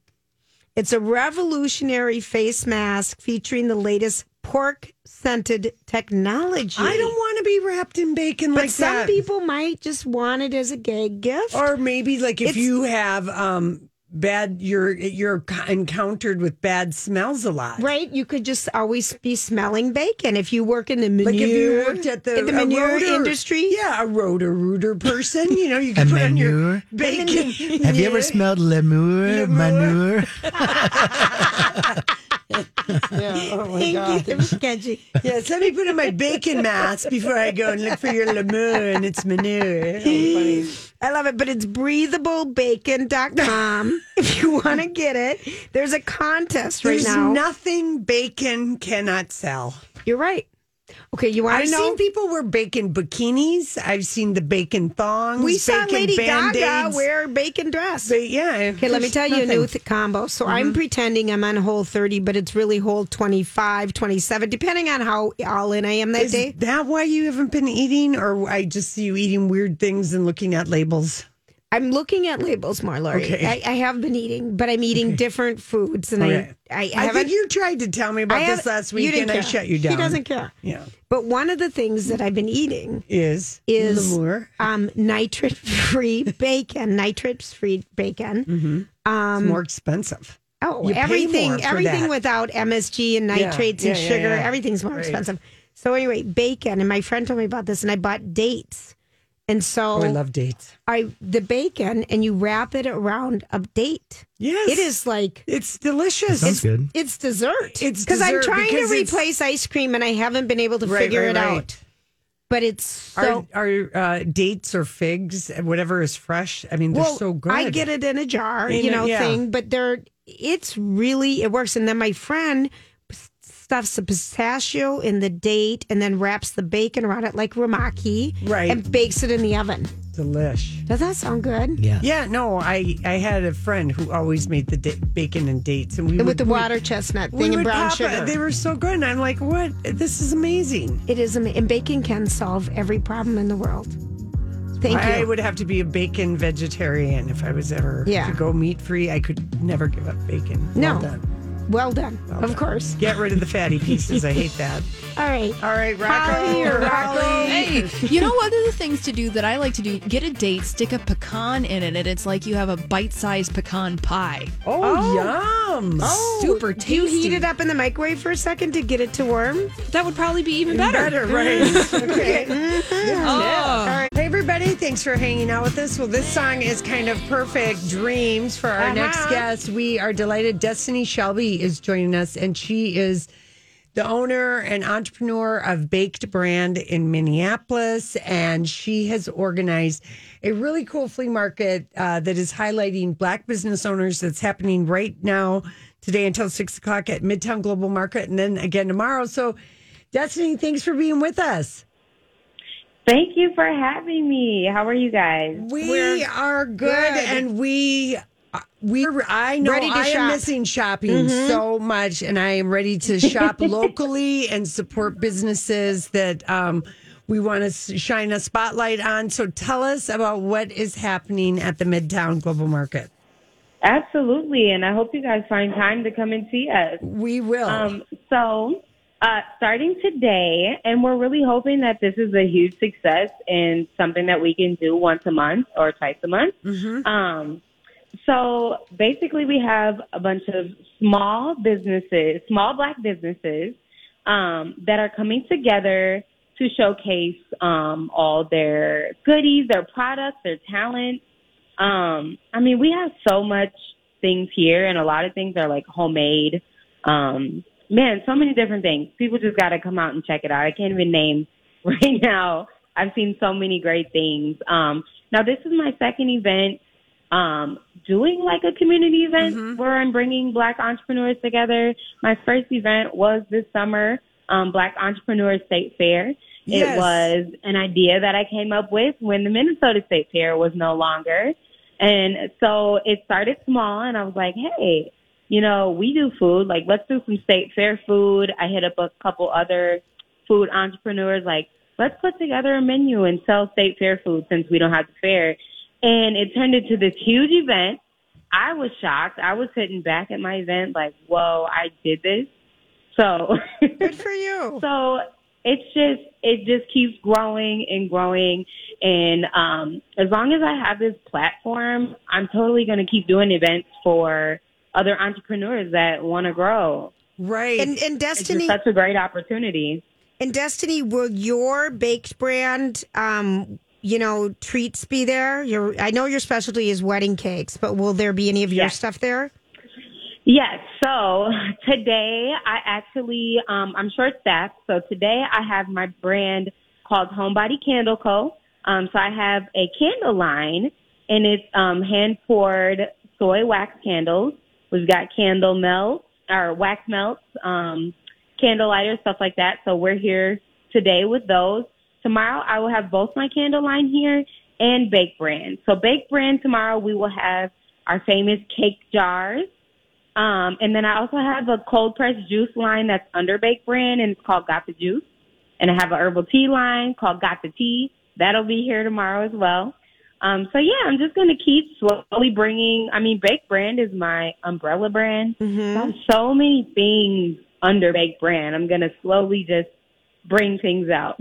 [SPEAKER 2] It's a revolutionary face mask featuring the latest pork scented technology.
[SPEAKER 3] I don't want to be wrapped in bacon
[SPEAKER 2] but
[SPEAKER 3] like
[SPEAKER 2] some
[SPEAKER 3] that.
[SPEAKER 2] people might just want it as a gag gift.
[SPEAKER 3] or maybe like if
[SPEAKER 2] It's-
[SPEAKER 3] you have um bad you're you're encountered with bad smells a lot.
[SPEAKER 2] Right, you could just always be smelling bacon if you work in the manure.
[SPEAKER 3] Like if you worked at the,
[SPEAKER 2] in the
[SPEAKER 3] a
[SPEAKER 2] manure
[SPEAKER 3] rotor-
[SPEAKER 2] industry,
[SPEAKER 3] yeah, a rotor rooter person, you know, you can
[SPEAKER 1] A
[SPEAKER 3] put on your
[SPEAKER 1] manure?
[SPEAKER 3] bacon.
[SPEAKER 1] Have you ever
[SPEAKER 3] Yeah.
[SPEAKER 1] smelled lemur,
[SPEAKER 3] Lemur.
[SPEAKER 1] manure?
[SPEAKER 3] Oh
[SPEAKER 2] Thank you. It was sketchy.
[SPEAKER 3] Yes, let me put on my bacon mask before I go and look for your lemur and its manure.
[SPEAKER 2] I love it, but it's breathablebacon.com if you want to get it. There's a contest right
[SPEAKER 3] There's
[SPEAKER 2] now.
[SPEAKER 3] nothing bacon cannot sell.
[SPEAKER 2] You're right. Okay, you want
[SPEAKER 3] I've
[SPEAKER 2] to know?
[SPEAKER 3] seen people wear bacon bikinis. I've seen the bacon thongs.
[SPEAKER 2] we saw
[SPEAKER 3] bacon
[SPEAKER 2] Lady Gaga
[SPEAKER 3] Band-Aids.
[SPEAKER 2] wear a bacon dress.
[SPEAKER 3] But yeah.
[SPEAKER 2] Okay, let me
[SPEAKER 3] there's
[SPEAKER 2] tell you a new
[SPEAKER 3] nothing. Mm-hmm.
[SPEAKER 2] th- combo. So I'm pretending I'm on hole 30, but it's really hole 25, 27, depending on how all in I am that
[SPEAKER 3] Is
[SPEAKER 2] day.
[SPEAKER 3] that why you haven't been eating, or I just see you eating weird things and looking at labels?
[SPEAKER 2] I'm looking at labels more, Lori.
[SPEAKER 3] Okay.
[SPEAKER 2] I, I have been eating, but I'm eating different foods, and
[SPEAKER 3] Okay.
[SPEAKER 2] I, I, I
[SPEAKER 3] I,
[SPEAKER 2] haven't.
[SPEAKER 3] think you tried to tell me
[SPEAKER 2] I
[SPEAKER 3] about this
[SPEAKER 2] haven't-
[SPEAKER 3] last
[SPEAKER 2] you
[SPEAKER 3] week,
[SPEAKER 2] didn't
[SPEAKER 3] and I
[SPEAKER 2] care.
[SPEAKER 3] shut you down.
[SPEAKER 2] He doesn't care.
[SPEAKER 3] Yeah,
[SPEAKER 2] But one of the things that I've been eating
[SPEAKER 3] is
[SPEAKER 2] Is-
[SPEAKER 3] Lemur.
[SPEAKER 2] um, nitrate free bacon, nitrates free bacon. um,
[SPEAKER 3] it's more expensive.
[SPEAKER 2] Oh,
[SPEAKER 3] Mm-hmm. You pay more
[SPEAKER 2] everything,
[SPEAKER 3] for
[SPEAKER 2] everything
[SPEAKER 3] that.
[SPEAKER 2] without MSG and
[SPEAKER 3] Yeah,
[SPEAKER 2] nitrates and
[SPEAKER 3] yeah, yeah,
[SPEAKER 2] sugar,
[SPEAKER 3] yeah.
[SPEAKER 2] everything's more
[SPEAKER 3] Right.
[SPEAKER 2] expensive. So anyway, bacon, and my friend told me about this, and I bought dates, and so
[SPEAKER 3] Oh, I love dates.
[SPEAKER 2] I the bacon, and you wrap it around a date.
[SPEAKER 3] Yes,
[SPEAKER 2] It is like
[SPEAKER 3] It's delicious.
[SPEAKER 1] Sounds good.
[SPEAKER 2] it's dessert.
[SPEAKER 3] It's
[SPEAKER 2] I'm
[SPEAKER 3] dessert
[SPEAKER 2] trying to
[SPEAKER 3] because it's-
[SPEAKER 2] replace ice cream, and I haven't been able to
[SPEAKER 3] Right,
[SPEAKER 2] figure
[SPEAKER 3] right,
[SPEAKER 2] it
[SPEAKER 3] right.
[SPEAKER 2] out. but it's so.
[SPEAKER 3] our our uh, dates or figs, whatever is fresh. I mean, they're
[SPEAKER 2] well,
[SPEAKER 3] so good.
[SPEAKER 2] I get it in a jar,
[SPEAKER 3] In
[SPEAKER 2] you
[SPEAKER 3] a-
[SPEAKER 2] know,
[SPEAKER 3] yeah.
[SPEAKER 2] thing, but they're it's really it works. And then my friend stuffs the pistachio in the date and then wraps the bacon around it like ramaki,
[SPEAKER 3] Right.
[SPEAKER 2] And bakes it in the oven.
[SPEAKER 3] delish.
[SPEAKER 2] Does that sound good?
[SPEAKER 1] Yeah.
[SPEAKER 3] Yeah, no, I I had a friend who always made the da- bacon and dates, and we
[SPEAKER 2] And
[SPEAKER 3] would,
[SPEAKER 2] with the
[SPEAKER 3] we-
[SPEAKER 2] water chestnut
[SPEAKER 3] we
[SPEAKER 2] thing and
[SPEAKER 3] would
[SPEAKER 2] brown
[SPEAKER 3] pop it.
[SPEAKER 2] sugar.
[SPEAKER 3] They were so good, and I'm like, what? This is amazing.
[SPEAKER 2] It is, ama- and bacon can solve every problem in the world. Thank
[SPEAKER 3] I
[SPEAKER 2] you.
[SPEAKER 3] would have to be a bacon vegetarian if I was ever
[SPEAKER 2] Yeah.
[SPEAKER 3] to go meat free. I could never give up bacon.
[SPEAKER 2] No.
[SPEAKER 3] Well done.
[SPEAKER 2] well done. of course.
[SPEAKER 3] Get rid of the fatty pieces. I hate that.
[SPEAKER 2] All right.
[SPEAKER 3] All right, Rocco.
[SPEAKER 2] Holly or
[SPEAKER 3] Rocco.
[SPEAKER 8] Hey, you know what are the things to do that I like to do? Get a date, stick a pecan in it, and it's like you have a bite-sized pecan pie.
[SPEAKER 3] Oh, yum.
[SPEAKER 8] Oh, super
[SPEAKER 2] Do
[SPEAKER 8] tasty.
[SPEAKER 2] you heat it up in the microwave for a second to get it to warm?
[SPEAKER 8] That would probably be even better.
[SPEAKER 3] Better, right? okay.
[SPEAKER 8] Oh.
[SPEAKER 3] All right. Hey, everybody. Thanks for hanging out with us. Well, this song is kind of perfect dreams for our next guest. We are delighted. Destiny Shelby is joining us, and she is the owner and entrepreneur of Baked Brand in Minneapolis. And she has organized a really cool flea market uh, that is highlighting Black business owners that's happening right now, today until six o'clock at Midtown Global Market, and then again tomorrow. So, Destiny, thanks for being with us.
[SPEAKER 9] Thank you for having me. How are you guys?
[SPEAKER 3] We are good, and we uh, we I know
[SPEAKER 2] Ready to
[SPEAKER 3] I am
[SPEAKER 2] shop. Mm-hmm.
[SPEAKER 3] missing shopping so much, and I am ready to shop locally and support businesses that um, we want to shine a spotlight on. So tell us about what is happening at the Midtown Global Market.
[SPEAKER 9] Absolutely, and I hope you guys find time to come and see us.
[SPEAKER 3] We will.
[SPEAKER 9] Um, so, uh, starting today, and we're really hoping that this is a huge success and something that we can do once a month or twice a month. Um, so, basically, we have a bunch of small businesses, small black businesses, um, that are coming together to showcase um, all their goodies, their products, their talents. Um, I mean, we have so much things here, and a lot of things are like homemade. Um, man, so many different things. People just got to come out and check it out. I can't even name right now. I've seen so many great things. Um, now, this is my second event um, doing like a community event where I'm bringing black entrepreneurs together. My first event was this summer, um, Black Entrepreneur State Fair.
[SPEAKER 3] Yes.
[SPEAKER 9] It was an idea that I came up with when the Minnesota State Fair was no longer. And so it started small, and I was like, hey, you know, we do food. Like, let's do some state fair food. I hit up a couple other food entrepreneurs, like, let's put together a menu and sell state fair food since we don't have the fair. And it turned into this huge event. I was shocked. I was sitting back at my event, like, whoa, I did this. So
[SPEAKER 2] Good for you.
[SPEAKER 9] So it's just it just keeps growing and growing and um as long as I have this platform, I'm totally going to keep doing events for other entrepreneurs that want to grow.
[SPEAKER 3] right.
[SPEAKER 2] And, and
[SPEAKER 9] It's
[SPEAKER 2] Destiny,
[SPEAKER 9] just such a great opportunity.
[SPEAKER 2] and Destiny, will your baked brand, um, you know, treats be there? Your, I know your specialty is wedding cakes, but will there be any of your
[SPEAKER 9] Yes.
[SPEAKER 2] stuff there?
[SPEAKER 9] Yes. So today I actually, um, I'm short staffed. So today I have my brand called Homebody Candle Co. Um, so I have a candle line and it's, um, hand poured soy wax candles. We've got candle melts or wax melts, um, candle lighters, stuff like that. So we're here today with those. Tomorrow I will have both my candle line here and Bake Brand. So Bake Brand tomorrow we will have our famous cake jars. Um, and then I also have a cold press juice line that's under Bake Brand and it's called Got the Juice. And I have a herbal tea line called Got the Tea. That'll be here tomorrow as well. Um, so yeah, I'm just going to keep slowly bringing, I mean, Bake Brand is my umbrella brand.
[SPEAKER 2] Mm-hmm.
[SPEAKER 9] So I have so many things under Bake Brand. I'm going to slowly just bring things out.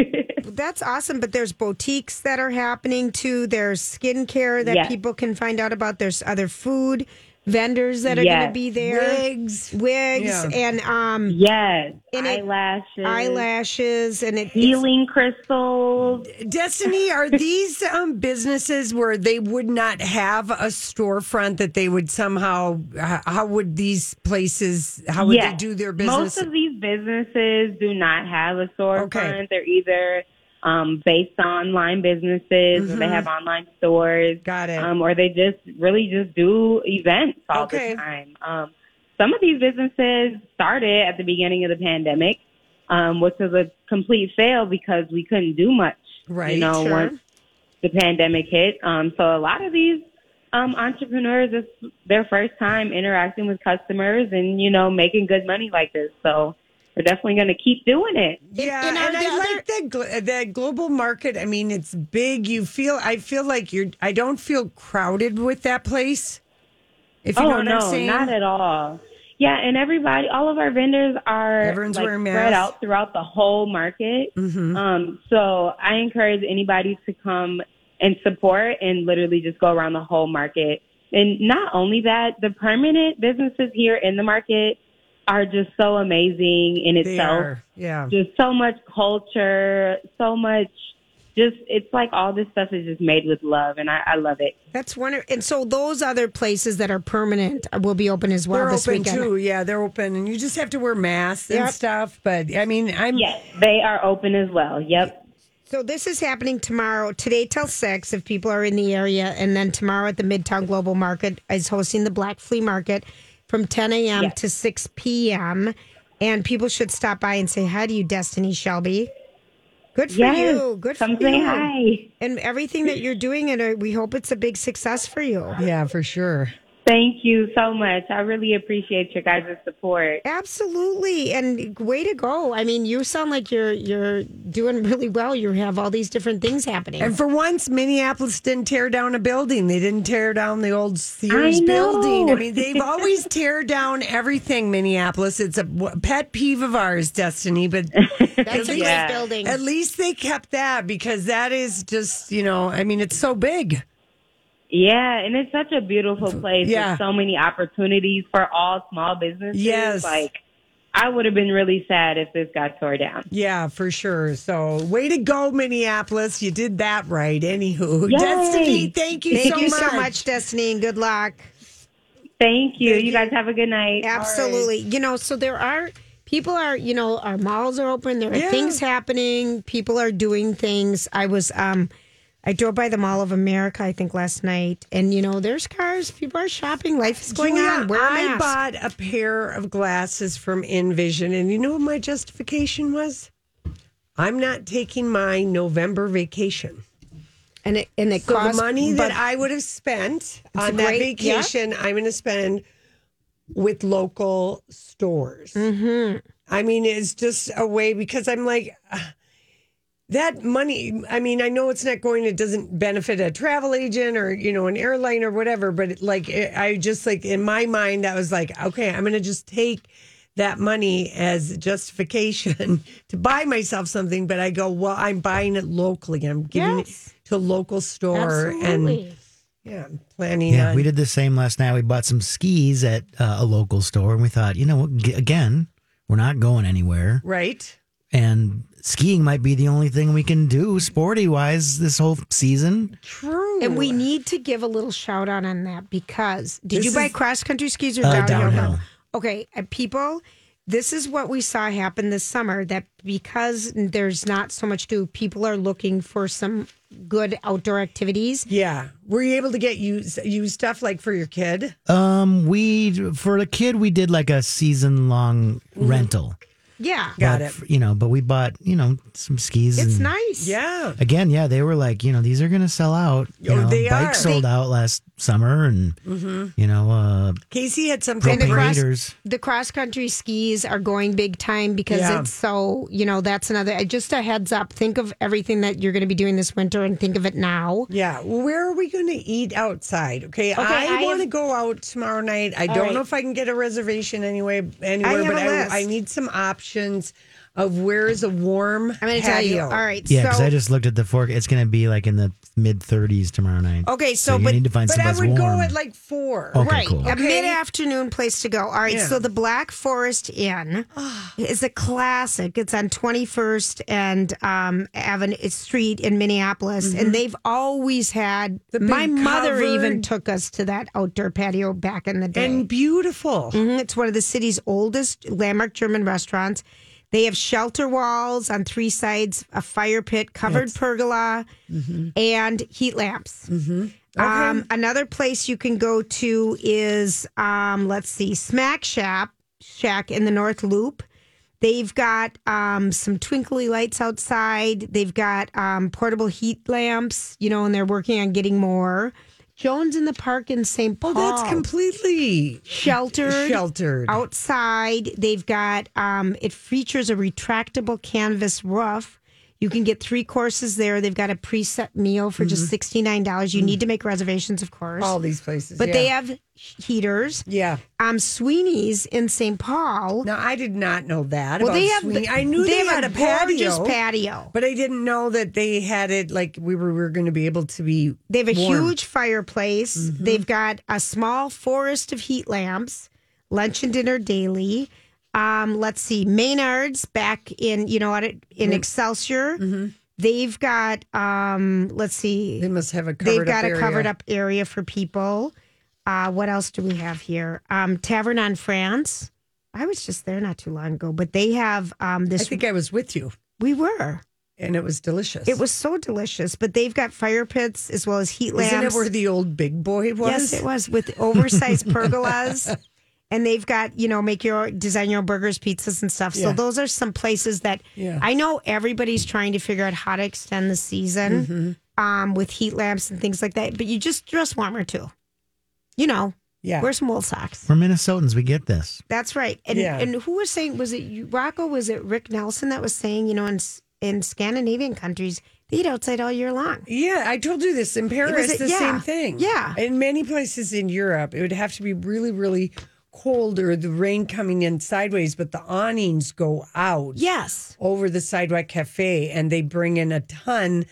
[SPEAKER 2] That's awesome. But there's boutiques that are happening too. There's skincare that
[SPEAKER 9] Yes.
[SPEAKER 2] people can find out about. There's other food vendors that are going to
[SPEAKER 9] Yes.
[SPEAKER 2] be there. Wigs, wigs,
[SPEAKER 3] Yeah.
[SPEAKER 2] and um,
[SPEAKER 9] yes.
[SPEAKER 2] And it- Uh,
[SPEAKER 9] eyelashes.
[SPEAKER 2] eyelashes, and it, it's-
[SPEAKER 9] Healing crystals.
[SPEAKER 3] Destiny, are these um, businesses where they would not have a storefront that they would somehow? h- How would these places? How would they
[SPEAKER 9] Yes.
[SPEAKER 3] do their business?
[SPEAKER 9] Most of these businesses do not have a storefront.
[SPEAKER 3] Okay.
[SPEAKER 9] They're either um, based online businesses, or they
[SPEAKER 3] Mhm.
[SPEAKER 9] have online stores.
[SPEAKER 3] Got it.
[SPEAKER 9] Um, or they just really just do events all
[SPEAKER 3] Okay.
[SPEAKER 9] the time. Um, some of these businesses started at the beginning of the pandemic, um, which was a complete fail because we couldn't do much.
[SPEAKER 3] Right.
[SPEAKER 9] You know,
[SPEAKER 3] Sure.
[SPEAKER 9] once the pandemic hit. Um, so a lot of these um, entrepreneurs, it's their first time interacting with customers and, you know, making good money like this. So we're definitely going to keep doing it.
[SPEAKER 3] Yeah, and, I like that gl- that global market. I mean, it's big. You feel I feel like you're. I don't feel crowded with that place. If you
[SPEAKER 9] oh,
[SPEAKER 3] know what
[SPEAKER 9] no,
[SPEAKER 3] I'm saying.
[SPEAKER 9] not at all. Yeah, and everybody, all of our vendors are
[SPEAKER 3] Everyone's
[SPEAKER 9] like,
[SPEAKER 3] wearing
[SPEAKER 9] spread
[SPEAKER 3] masks.
[SPEAKER 9] out throughout the whole market.
[SPEAKER 3] Mhm.
[SPEAKER 9] Um, so I encourage anybody to come and support and literally just go around the whole market. And not only that, the permanent businesses here in the market are just so amazing in
[SPEAKER 3] They
[SPEAKER 9] itself.
[SPEAKER 3] are. Yeah.
[SPEAKER 9] Just so much culture, so much. Just it's like all this stuff is just made with love, and I, I love it.
[SPEAKER 10] That's wonderful. And so those other places that are permanent uh, will be open as well
[SPEAKER 3] they're
[SPEAKER 10] this
[SPEAKER 3] open
[SPEAKER 10] weekend.
[SPEAKER 3] too. Yeah, they're open, and you just have to wear masks and
[SPEAKER 10] Yep.
[SPEAKER 3] stuff. But I mean, I'm
[SPEAKER 9] yes, they are open as well. Yep.
[SPEAKER 10] So this is happening tomorrow, today till six, if people are in the area, and then tomorrow at the Midtown Global Market is hosting the Black Flea Market from ten a.m.
[SPEAKER 9] Yes.
[SPEAKER 10] to six p.m. And people should stop by and say hi to you, Destiny Shelby. Good for
[SPEAKER 9] Yes,
[SPEAKER 10] you. Good
[SPEAKER 9] come
[SPEAKER 10] for
[SPEAKER 9] say
[SPEAKER 10] you.
[SPEAKER 9] hi.
[SPEAKER 10] And everything that you're doing, and uh, we hope it's a big success for you.
[SPEAKER 3] Yeah, for sure.
[SPEAKER 9] Thank you so much. I really appreciate your guys' support.
[SPEAKER 10] Absolutely, and way to go! I mean, you sound like you're you're doing really well. You have all these different things happening.
[SPEAKER 3] And for once, Minneapolis didn't tear down a building. They didn't tear down the old Sears
[SPEAKER 9] know.
[SPEAKER 3] building. I mean, they've always tear down everything, Minneapolis. It's a w- pet peeve of ours, Destiny. But
[SPEAKER 10] That's a great
[SPEAKER 9] Yeah.
[SPEAKER 10] building.
[SPEAKER 3] at least they kept that because that is just, you know, I mean, it's so big.
[SPEAKER 9] Yeah, and it's such a beautiful place.
[SPEAKER 3] Yeah.
[SPEAKER 9] There's so many opportunities for all small businesses.
[SPEAKER 3] Yes.
[SPEAKER 9] Like, I would have been really sad if this got tore down.
[SPEAKER 3] Yeah, for sure. So, way to go, Minneapolis. You did that right. Anywho,
[SPEAKER 9] Yay.
[SPEAKER 3] Destiny, thank you,
[SPEAKER 10] Thank
[SPEAKER 3] so,
[SPEAKER 10] you
[SPEAKER 3] much.
[SPEAKER 10] so much, Destiny, and good luck.
[SPEAKER 9] Thank you. you guys have a good night.
[SPEAKER 10] Absolutely. You know, so there are people are, you know, our malls are open, there are
[SPEAKER 3] Yeah.
[SPEAKER 10] things happening, people are doing things. I was um I drove by the Mall of America, I think, last night, and you know, there's cars, people are shopping, life is going
[SPEAKER 3] Julia,
[SPEAKER 10] on. Wear a
[SPEAKER 3] I
[SPEAKER 10] mask.
[SPEAKER 3] bought a pair of glasses from InVision, and you know what my justification was? I'm not taking my November vacation.
[SPEAKER 10] and it and it
[SPEAKER 3] So
[SPEAKER 10] costs
[SPEAKER 3] the money
[SPEAKER 10] but
[SPEAKER 3] that I would have spent on that
[SPEAKER 10] great- yeah.
[SPEAKER 3] vacation, I'm going to spend with local stores.
[SPEAKER 10] Mm-hmm.
[SPEAKER 3] I mean, it's just a way because I'm like ah, that money. I mean, I know it's not going. It doesn't benefit a travel agent or you know an airline or whatever. But it, like, it, I just like in my mind, that was like, okay, I'm going to just take that money as justification to buy myself something. But I go, well, I'm buying it locally. I'm giving
[SPEAKER 10] Yes.
[SPEAKER 3] it to a local store and
[SPEAKER 10] absolutely.
[SPEAKER 3] yeah, I'm planning.
[SPEAKER 1] Yeah,
[SPEAKER 3] on,
[SPEAKER 1] we did the same last night. We bought some skis at uh, a local store, and we thought, you know, what, g- again, we're not going anywhere,
[SPEAKER 3] right.
[SPEAKER 1] and skiing might be the only thing we can do sporty wise this whole season.
[SPEAKER 3] True.
[SPEAKER 10] and we need to give a little shout out on that because did
[SPEAKER 3] This
[SPEAKER 10] you buy
[SPEAKER 3] is-
[SPEAKER 10] cross country skis or
[SPEAKER 1] Uh,
[SPEAKER 10] downhill?
[SPEAKER 1] downhill.
[SPEAKER 10] Okay, uh, people, this is what we saw happen this summer that because there's not so much to do, people are looking for some good outdoor activities.
[SPEAKER 3] Yeah, were you able to get used used stuff like for your kid?
[SPEAKER 1] Um, we for a kid, we did like a season long rental.
[SPEAKER 10] Yeah,
[SPEAKER 3] Mm-hmm. Got
[SPEAKER 1] But,
[SPEAKER 3] it.
[SPEAKER 1] f- You know, but we bought you know some skis.
[SPEAKER 10] it's
[SPEAKER 1] and-
[SPEAKER 10] nice.
[SPEAKER 3] Mm. Yeah.
[SPEAKER 1] Again, yeah, they were like, you know, these are going to sell out. You
[SPEAKER 3] Oh,
[SPEAKER 1] know,
[SPEAKER 3] they
[SPEAKER 1] Bike
[SPEAKER 3] are. Mm-hmm.
[SPEAKER 1] sold out last summer, and you know, uh,
[SPEAKER 3] Casey had something.
[SPEAKER 10] And the
[SPEAKER 1] propane
[SPEAKER 10] cross,
[SPEAKER 1] heaters.
[SPEAKER 10] the cross country skis are going big time because
[SPEAKER 3] Yeah.
[SPEAKER 10] it's so, you know, that's another, uh, just a heads up. Think of everything that you're going to be doing this winter and think of it now.
[SPEAKER 3] Yeah, well, where are we going to eat outside? Okay, I,
[SPEAKER 10] I
[SPEAKER 3] want to
[SPEAKER 10] have-
[SPEAKER 3] go out tomorrow night. I don't
[SPEAKER 10] right.
[SPEAKER 3] know if I can get a reservation anyway, anywhere,
[SPEAKER 10] have
[SPEAKER 3] but
[SPEAKER 10] a list.
[SPEAKER 3] I, I need some options of where is a warm
[SPEAKER 10] I'm going to tell you. All right.
[SPEAKER 1] Yeah, because
[SPEAKER 10] so,
[SPEAKER 1] I just looked at the fork. It's going to be like in the mid 30s tomorrow night.
[SPEAKER 10] Okay, so,
[SPEAKER 1] so you
[SPEAKER 10] but
[SPEAKER 1] need to find
[SPEAKER 3] But I
[SPEAKER 1] someplace
[SPEAKER 3] would
[SPEAKER 1] warm. Oh.
[SPEAKER 3] go at like four.
[SPEAKER 1] Okay,
[SPEAKER 10] right.
[SPEAKER 1] cool.
[SPEAKER 10] A
[SPEAKER 3] Okay.
[SPEAKER 10] mid afternoon place to go. All right.
[SPEAKER 3] Yeah. Ah.
[SPEAKER 10] So the Black Forest Inn is a classic. It's on 21st and um, Avenue it's Street in Minneapolis. And they've always had,
[SPEAKER 3] Mm-hmm. The big
[SPEAKER 10] my mother even
[SPEAKER 3] covered-
[SPEAKER 10] took us to that outdoor patio back in the day.
[SPEAKER 3] And beautiful.
[SPEAKER 10] Mhm. It's one of the city's oldest landmark German restaurants. They have shelter walls on three sides, a fire pit, covered pergola, and heat lamps. Mm-hmm. Um, another place you can go to is, um, let's see, Smack Shack, Shack in the North Loop. They've got um, some twinkly lights outside. They've got um, portable heat lamps, you know, and they're working on getting more. Jones in the Park in St. Paul.
[SPEAKER 3] that's completely
[SPEAKER 10] Oh, sheltered.
[SPEAKER 3] sheltered.
[SPEAKER 10] Outside, they've got um, it features a retractable canvas roof. You can get three courses there. They've got a preset meal for
[SPEAKER 3] Mm-hmm.
[SPEAKER 10] just sixty nine dollars. You need to make reservations, of course.
[SPEAKER 3] All these places,
[SPEAKER 10] but they
[SPEAKER 3] Oh, yeah.
[SPEAKER 10] have heaters.
[SPEAKER 3] Yeah.
[SPEAKER 10] Um, Sweeney's in St. Paul.
[SPEAKER 3] Now I did not know that.
[SPEAKER 10] Well,
[SPEAKER 3] about
[SPEAKER 10] they have-
[SPEAKER 3] Sweeney. I knew
[SPEAKER 10] they
[SPEAKER 3] they, had
[SPEAKER 10] have
[SPEAKER 3] a
[SPEAKER 10] a gorgeous
[SPEAKER 3] patio,
[SPEAKER 10] patio.
[SPEAKER 3] but I didn't know that they had it like we were, we were going to be able to be.
[SPEAKER 10] They have a
[SPEAKER 3] warm. Mm-hmm.
[SPEAKER 10] huge fireplace. They've got a small forest of heat lamps, lunch and dinner daily. Um, let's see, Maynard's back in you know out at- in
[SPEAKER 3] Mm-hmm.
[SPEAKER 10] Excelsior. They've got um, let's see,
[SPEAKER 3] They must have a covered
[SPEAKER 10] they've
[SPEAKER 3] up
[SPEAKER 10] got a
[SPEAKER 3] area.
[SPEAKER 10] covered up area for people. Uh, what else do we have here? Um, Tavern on France. I was just there not too long ago, but they have um,
[SPEAKER 3] I
[SPEAKER 10] this.
[SPEAKER 3] think I was with you,
[SPEAKER 10] we were.
[SPEAKER 3] and it was delicious.
[SPEAKER 10] It was so delicious, but they've got fire pits as well as heat lamps.
[SPEAKER 3] Isn't it where the old big boy was?
[SPEAKER 10] Yes, it was with oversized pergolas. And they've got, you know, make your design your own burgers, pizzas, and stuff. So
[SPEAKER 3] Yeah.
[SPEAKER 10] those are some places that
[SPEAKER 3] Yeah.
[SPEAKER 10] I know everybody's trying to figure out how to extend the season
[SPEAKER 3] Mm-hmm.
[SPEAKER 10] um, with heat lamps and things like that. But you just dress warmer too. You know,
[SPEAKER 3] Yeah.
[SPEAKER 10] wear some wool socks.
[SPEAKER 1] We're Minnesotans. We get this.
[SPEAKER 10] That's right. And
[SPEAKER 3] Yeah.
[SPEAKER 10] and who was saying was it you- Rocco? Was it Rick Nelson that was saying? You know, in S- in Scandinavian countries, they eat outside all year long.
[SPEAKER 3] Yeah, I told you this in Paris.
[SPEAKER 10] a-
[SPEAKER 3] the
[SPEAKER 10] yeah,
[SPEAKER 3] same thing.
[SPEAKER 10] yeah.
[SPEAKER 3] in many places in Europe, it would have to be really, really cold or the rain coming in sideways, but the awnings go out
[SPEAKER 10] Yes,
[SPEAKER 3] over the sidewalk cafe, and they bring in a ton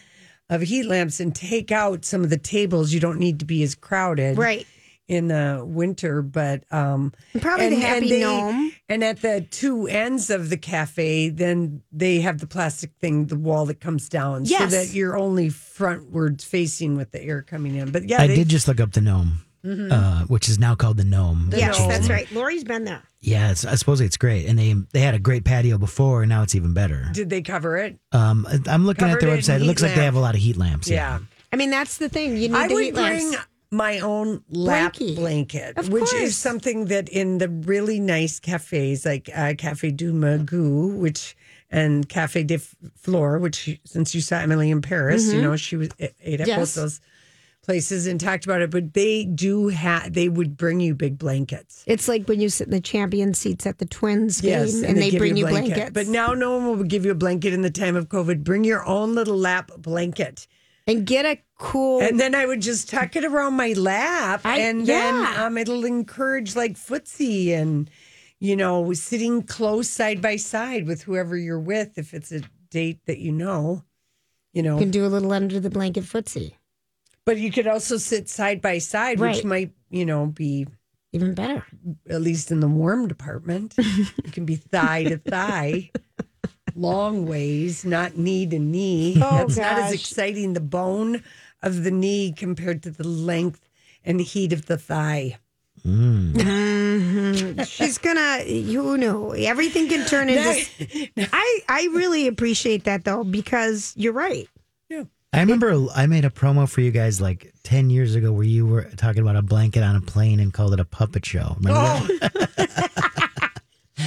[SPEAKER 3] of heat lamps and take out some of the tables. You don't need to be as crowded,
[SPEAKER 10] right.
[SPEAKER 3] in the winter, but um,
[SPEAKER 10] And probably the happy gnome.
[SPEAKER 3] And at the two ends of the cafe, then they have the plastic thing, the wall that comes down, so
[SPEAKER 10] Yes.
[SPEAKER 3] that you're only frontward facing with the air coming in. But yeah,
[SPEAKER 1] I
[SPEAKER 3] they, Mm-hmm.
[SPEAKER 1] did just look up the gnome, uh, which is now called the gnome.
[SPEAKER 3] The
[SPEAKER 10] Yes,
[SPEAKER 3] gnome.
[SPEAKER 10] that's right. Lori's been there.
[SPEAKER 1] Yeah, it's, I suppose it's great, and they they had a great patio before, and now it's even better.
[SPEAKER 3] did they cover it?
[SPEAKER 1] Um, I'm looking at their
[SPEAKER 3] Covered in
[SPEAKER 1] website. It
[SPEAKER 3] heat
[SPEAKER 1] looks like they have
[SPEAKER 3] lamp.
[SPEAKER 1] a lot of heat lamps.
[SPEAKER 3] Yeah,
[SPEAKER 10] I mean, that's the thing. You need
[SPEAKER 3] I
[SPEAKER 10] the
[SPEAKER 3] would
[SPEAKER 10] heat
[SPEAKER 3] bring
[SPEAKER 10] lamps.
[SPEAKER 3] my own lap
[SPEAKER 10] Blankie.
[SPEAKER 3] blanket,
[SPEAKER 10] Of
[SPEAKER 3] which
[SPEAKER 10] course.
[SPEAKER 3] is something that in the really nice cafes like uh, Cafe du Magou, which and Cafe de Flore, which since you saw Emily in Paris, you know she was e, ate at both
[SPEAKER 10] Mm-hmm. Yes.
[SPEAKER 3] those places and talked about it. But they do have they would bring you big blankets.
[SPEAKER 10] It's like when you sit in the champion seats at the Twins game and, they,
[SPEAKER 3] give
[SPEAKER 10] bring you
[SPEAKER 3] a blanket.
[SPEAKER 10] blankets.
[SPEAKER 3] But now no one will give you a blanket in the time of COVID. Bring your own little lap blanket.
[SPEAKER 10] and get a cool.
[SPEAKER 3] And then I would just tuck it around my lap,
[SPEAKER 10] I-
[SPEAKER 3] and then
[SPEAKER 10] yeah.
[SPEAKER 3] um, it'll encourage like footsie and you know sitting close side by side with whoever you're with if it's a date that you know, you know.
[SPEAKER 10] you can do a little under the blanket footsie.
[SPEAKER 3] but you could also sit side by side,
[SPEAKER 10] Right.
[SPEAKER 3] which might you know be
[SPEAKER 10] Even better.
[SPEAKER 3] at least in the warm department. it can be thigh to thigh. Long ways, not knee to knee.
[SPEAKER 10] Oh,
[SPEAKER 3] That's not as
[SPEAKER 10] gosh.
[SPEAKER 3] exciting. The bone of the knee compared to the length and heat of the thigh.
[SPEAKER 10] She's gonna. You know, everything can turn into. I I really appreciate that though because you're right.
[SPEAKER 1] I remember I made a promo for you guys like ten years ago where you were talking about a blanket on a plane and called it a puppet show. Remember
[SPEAKER 3] Oh.
[SPEAKER 1] that?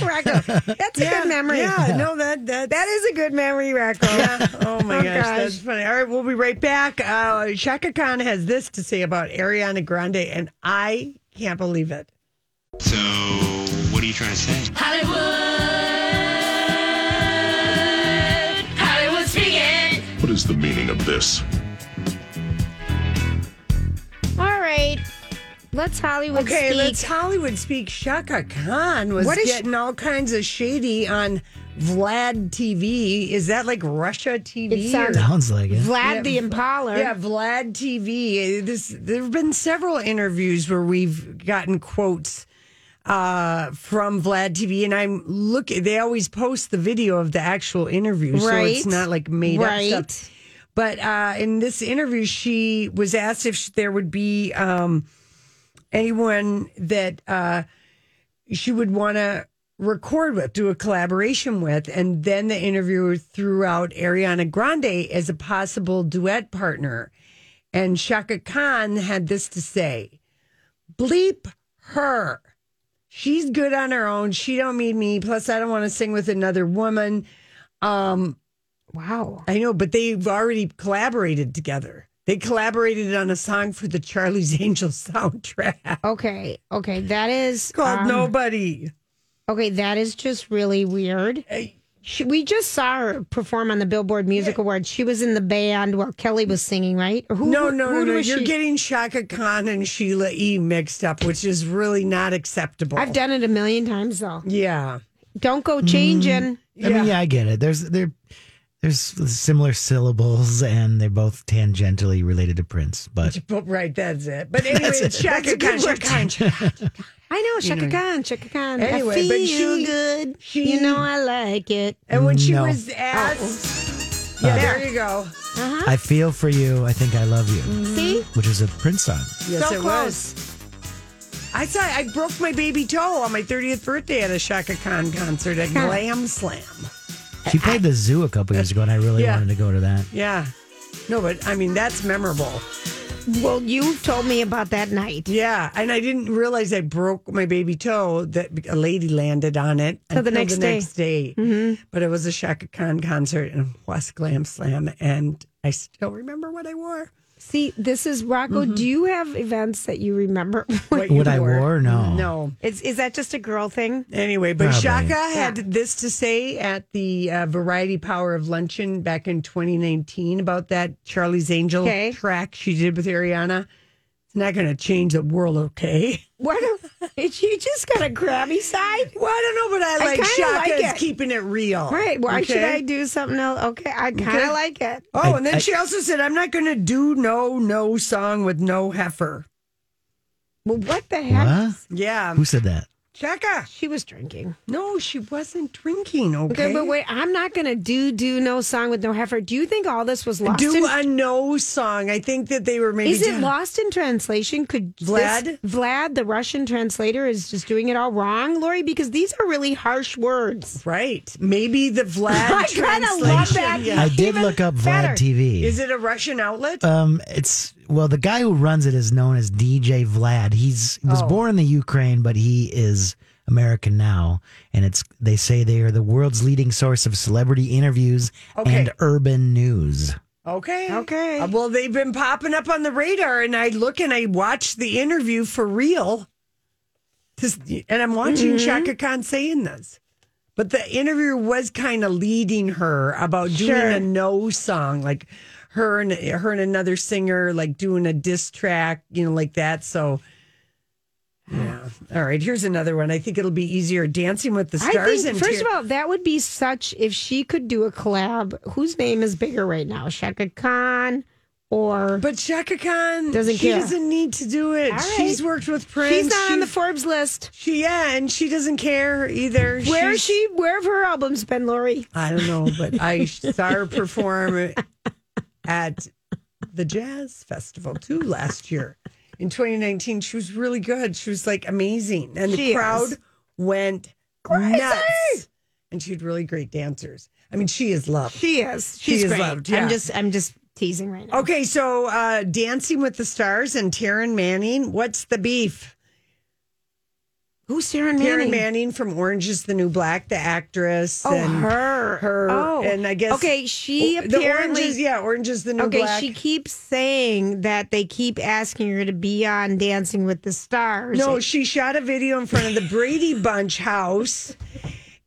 [SPEAKER 10] Rocco, that's a good memory.
[SPEAKER 3] Yeah, no, that that
[SPEAKER 10] That is a good memory, Rocco.
[SPEAKER 3] Oh my
[SPEAKER 10] Oh,
[SPEAKER 3] gosh,
[SPEAKER 10] gosh.
[SPEAKER 3] that's funny. All right, we'll be right back. Uh, Shaka Khan has this to say about Ariana Grande, and I can't believe it.
[SPEAKER 11] So, what are you trying to say?
[SPEAKER 6] What is the meaning of this?
[SPEAKER 10] All right, let's Hollywood
[SPEAKER 3] Okay,
[SPEAKER 10] speak.
[SPEAKER 3] let's Hollywood speak. Shaka Khan was
[SPEAKER 10] What is
[SPEAKER 3] getting all kinds of shady on Vlad TV. Is that like Russia TV?
[SPEAKER 10] It sounds-
[SPEAKER 1] Sounds like it.
[SPEAKER 10] Vlad
[SPEAKER 3] Yeah,
[SPEAKER 10] the Impaler.
[SPEAKER 3] Yeah, Vlad TV. This there have been several interviews where we've gotten quotes uh, from Vlad TV, and I'm look. They always post the video of the actual interview, so
[SPEAKER 10] Right.
[SPEAKER 3] it's not like made up
[SPEAKER 10] Right.
[SPEAKER 3] stuff. But uh, in this interview, she was asked if sh- there would be um, anyone that uh, she would want to record with, do a collaboration with. And then the interviewer threw out Ariana Grande as a possible duet partner. And Shaka Khan had this to say Bleep her. She's good on her own. She don't need me. Plus, I don't want to sing with another woman. Um, wow. I know, but they've already collaborated together. They collaborated on a song for the Charlie's Angels soundtrack.
[SPEAKER 10] Okay. Okay. That is
[SPEAKER 3] called
[SPEAKER 10] um,
[SPEAKER 3] Nobody.
[SPEAKER 10] Okay, that is just really weird. She, we just saw her perform on the Billboard Music Awards. She was in the band while Kelly was singing, right? Or Who,
[SPEAKER 3] no, no, no,
[SPEAKER 10] who
[SPEAKER 3] no.
[SPEAKER 10] was
[SPEAKER 3] You're
[SPEAKER 10] she-
[SPEAKER 3] getting Shaka Khan and Sheila E. mixed up, which is really not acceptable.
[SPEAKER 10] I've done it a million times though.
[SPEAKER 3] Yeah.
[SPEAKER 10] Don't go changing.
[SPEAKER 1] I mean, yeah, I get it. There's there, there's similar syllables, and they're both tangentially related to Prince. But
[SPEAKER 3] But right, that's it. But anyway,
[SPEAKER 10] That's
[SPEAKER 3] it's
[SPEAKER 10] it. That's
[SPEAKER 3] Shaka
[SPEAKER 10] a
[SPEAKER 3] Khan.
[SPEAKER 10] good
[SPEAKER 3] Shaka Khan.
[SPEAKER 10] I know
[SPEAKER 3] You know.
[SPEAKER 10] Shaka Khan, Shaka Khan.
[SPEAKER 3] Anyway,
[SPEAKER 10] I feel
[SPEAKER 3] but she-
[SPEAKER 10] good.
[SPEAKER 3] she-
[SPEAKER 10] you know I like it.
[SPEAKER 3] And when she
[SPEAKER 1] No.
[SPEAKER 3] was asked,
[SPEAKER 10] Oh.
[SPEAKER 3] yeah, there you go.
[SPEAKER 10] Uh-huh.
[SPEAKER 1] I feel for you. I think I love you,
[SPEAKER 3] Mm.
[SPEAKER 10] See?
[SPEAKER 1] which is a Prince song.
[SPEAKER 3] Yes,
[SPEAKER 10] So
[SPEAKER 3] it was. I saw. I broke my baby toe on my 30th birthday at a Shaka Khan concert at Glam Slam.
[SPEAKER 1] She played the zoo a couple years ago, and I really
[SPEAKER 3] Yeah.
[SPEAKER 1] wanted to go to that.
[SPEAKER 3] Yeah. No, but I mean that's memorable.
[SPEAKER 10] Well, you told me about that night.
[SPEAKER 3] Yeah, and I didn't realize I broke my baby toe that a lady landed on it.
[SPEAKER 10] Till the
[SPEAKER 3] until
[SPEAKER 10] next
[SPEAKER 3] the
[SPEAKER 10] day.
[SPEAKER 3] next day. But it was a Shaka Khan concert in West Glam Slam, and I still remember what I wore.
[SPEAKER 10] See, this is Rocco. Do you have events that you remember?
[SPEAKER 3] What,
[SPEAKER 1] What I wore? No.
[SPEAKER 3] No.
[SPEAKER 10] is is that just a girl thing?
[SPEAKER 3] Anyway, but
[SPEAKER 1] Probably.
[SPEAKER 3] Shaka had this to say at the uh, Variety Power of Luncheon back in 2019 about that Charlie's Angel
[SPEAKER 10] Okay.
[SPEAKER 3] track she did with Ariana. It's not going to change the world, okay?
[SPEAKER 10] What? Did you just got a grabby side?
[SPEAKER 3] Well, I don't know, but I
[SPEAKER 10] I
[SPEAKER 3] like
[SPEAKER 10] kinda
[SPEAKER 3] Shaka
[SPEAKER 10] like
[SPEAKER 3] is
[SPEAKER 10] it.
[SPEAKER 3] keeping it real.
[SPEAKER 10] Right. Why should
[SPEAKER 3] okay?
[SPEAKER 10] I do something else? Okay, I kind of
[SPEAKER 3] Okay.
[SPEAKER 10] like it.
[SPEAKER 3] Oh,
[SPEAKER 1] I-
[SPEAKER 3] and then
[SPEAKER 1] I-
[SPEAKER 3] she also said, I'm not going to do no, no song with no heifer.
[SPEAKER 10] Well, what the heck?
[SPEAKER 1] What?
[SPEAKER 3] Yeah.
[SPEAKER 1] Who said that?
[SPEAKER 3] Shaka.
[SPEAKER 10] She was drinking.
[SPEAKER 3] No, she wasn't drinking, okay?
[SPEAKER 10] Okay, but wait, I'm not gonna do do no song with no heifer. Do you think all this was lost?
[SPEAKER 3] do
[SPEAKER 10] in,
[SPEAKER 3] a no song. I think that they were maybe.
[SPEAKER 10] is it
[SPEAKER 3] down-
[SPEAKER 10] lost in translation? Could this-
[SPEAKER 3] Vlad?
[SPEAKER 10] Vlad, the Russian translator, is just doing it all wrong, Lori? Because these are really harsh words.
[SPEAKER 3] Right. Maybe the Vlad
[SPEAKER 10] I kinda
[SPEAKER 3] translation.
[SPEAKER 10] love that.
[SPEAKER 1] I did
[SPEAKER 10] Even
[SPEAKER 1] look up
[SPEAKER 10] better.
[SPEAKER 1] Vlad TV.
[SPEAKER 3] Is it a Russian outlet?
[SPEAKER 1] Um, it's well, the guy who runs it is known as DJ Vlad. He's was
[SPEAKER 3] Oh.
[SPEAKER 1] born in the Ukraine, but he is American now, and it's they say they are the world's leading source of celebrity interviews
[SPEAKER 3] Okay.
[SPEAKER 1] and urban news.
[SPEAKER 3] okay.
[SPEAKER 10] Okay.
[SPEAKER 3] Uh, well, they've been popping up on the radar, and I look and I watch the interview for real. This- and I'm watching
[SPEAKER 10] Mm-hmm.
[SPEAKER 3] Shaka Khan saying this. But the interviewer was kind of leading her about doing
[SPEAKER 10] Sure.
[SPEAKER 3] a no song, like her and her and another singer, like doing a diss track, you know, like that. So, yeah. All right, here's another one. I think it'll be easier. Dancing with the Stars.
[SPEAKER 10] I think
[SPEAKER 3] and
[SPEAKER 10] first
[SPEAKER 3] Tear-
[SPEAKER 10] of all, that would be such if she could do a collab. Whose name is bigger right now, Shaka Khan or?
[SPEAKER 3] But Shaka Khan
[SPEAKER 10] Doesn't
[SPEAKER 3] she
[SPEAKER 10] care.
[SPEAKER 3] doesn't need to do it.
[SPEAKER 10] All right.
[SPEAKER 3] She's worked with Prince.
[SPEAKER 10] She's not
[SPEAKER 3] She-
[SPEAKER 10] on the Forbes list.
[SPEAKER 3] She yeah, and she doesn't care either.
[SPEAKER 10] Where is
[SPEAKER 3] She's-
[SPEAKER 10] she? Where have her albums been, Lori?
[SPEAKER 3] I don't know, but I saw her perform at the Jazz Festival too last year. In 2019, she was really good. She was like amazing, and the
[SPEAKER 10] She is.
[SPEAKER 3] crowd went nuts. And she had really great dancers. I mean, she is loved.
[SPEAKER 10] She is.
[SPEAKER 3] She
[SPEAKER 10] She's Oh,
[SPEAKER 3] is
[SPEAKER 10] great.
[SPEAKER 3] loved, yeah.
[SPEAKER 10] I'm just. I'm just teasing right now.
[SPEAKER 3] Okay, so uh, Dancing with the Stars and Taryn Manning. What's the beef?
[SPEAKER 10] Who's Taryn
[SPEAKER 3] Karen
[SPEAKER 10] Manning?
[SPEAKER 3] Manning from Orange is the New Black, the actress.
[SPEAKER 10] Oh,
[SPEAKER 3] and
[SPEAKER 10] her.
[SPEAKER 3] Her.
[SPEAKER 10] Oh.
[SPEAKER 3] And I guess.
[SPEAKER 10] Okay, she
[SPEAKER 3] The Orange
[SPEAKER 10] apparently-
[SPEAKER 3] is, yeah, Orange is the New
[SPEAKER 10] Okay,
[SPEAKER 3] Black.
[SPEAKER 10] she keeps saying that they keep asking her to be on Dancing with the Stars.
[SPEAKER 3] no, she shot a video in front of the Brady Bunch house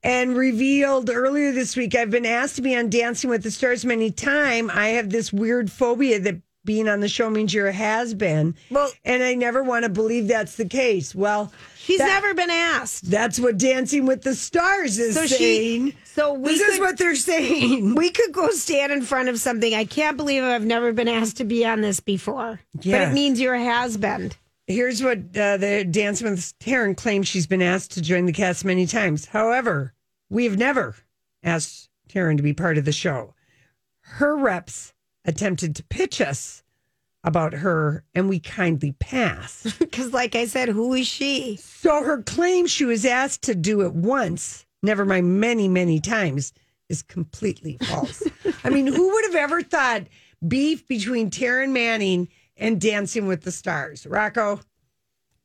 [SPEAKER 3] and revealed earlier this week I've been asked to be on Dancing with the Stars many time. I have this weird phobia that being on the show means you're a has been.
[SPEAKER 10] Well-
[SPEAKER 3] and I never want to believe that's the case. Well,
[SPEAKER 10] she's
[SPEAKER 3] that-
[SPEAKER 10] never been asked.
[SPEAKER 3] That's what Dancing with the Stars is
[SPEAKER 10] So
[SPEAKER 3] saying.
[SPEAKER 10] she. So we
[SPEAKER 3] this
[SPEAKER 10] could,
[SPEAKER 3] is what they're saying.
[SPEAKER 10] we could go stand in front of something. I can't believe I've never been asked to be on this before. But
[SPEAKER 3] Yeah.
[SPEAKER 10] it means you're a has been.
[SPEAKER 3] Here's what uh, the Dancing with Taryn claims she's been asked to join the cast many times. However, we have never asked Taryn to be part of the show. Her reps attempted to pitch us about her and we kindly passed.
[SPEAKER 10] Because, like I said, who is she?
[SPEAKER 3] So her claim she was asked to do it once, never mind many, many times, is completely false. I mean, who would have ever thought beef between Taryn Manning and Dancing with the Stars? Rocco,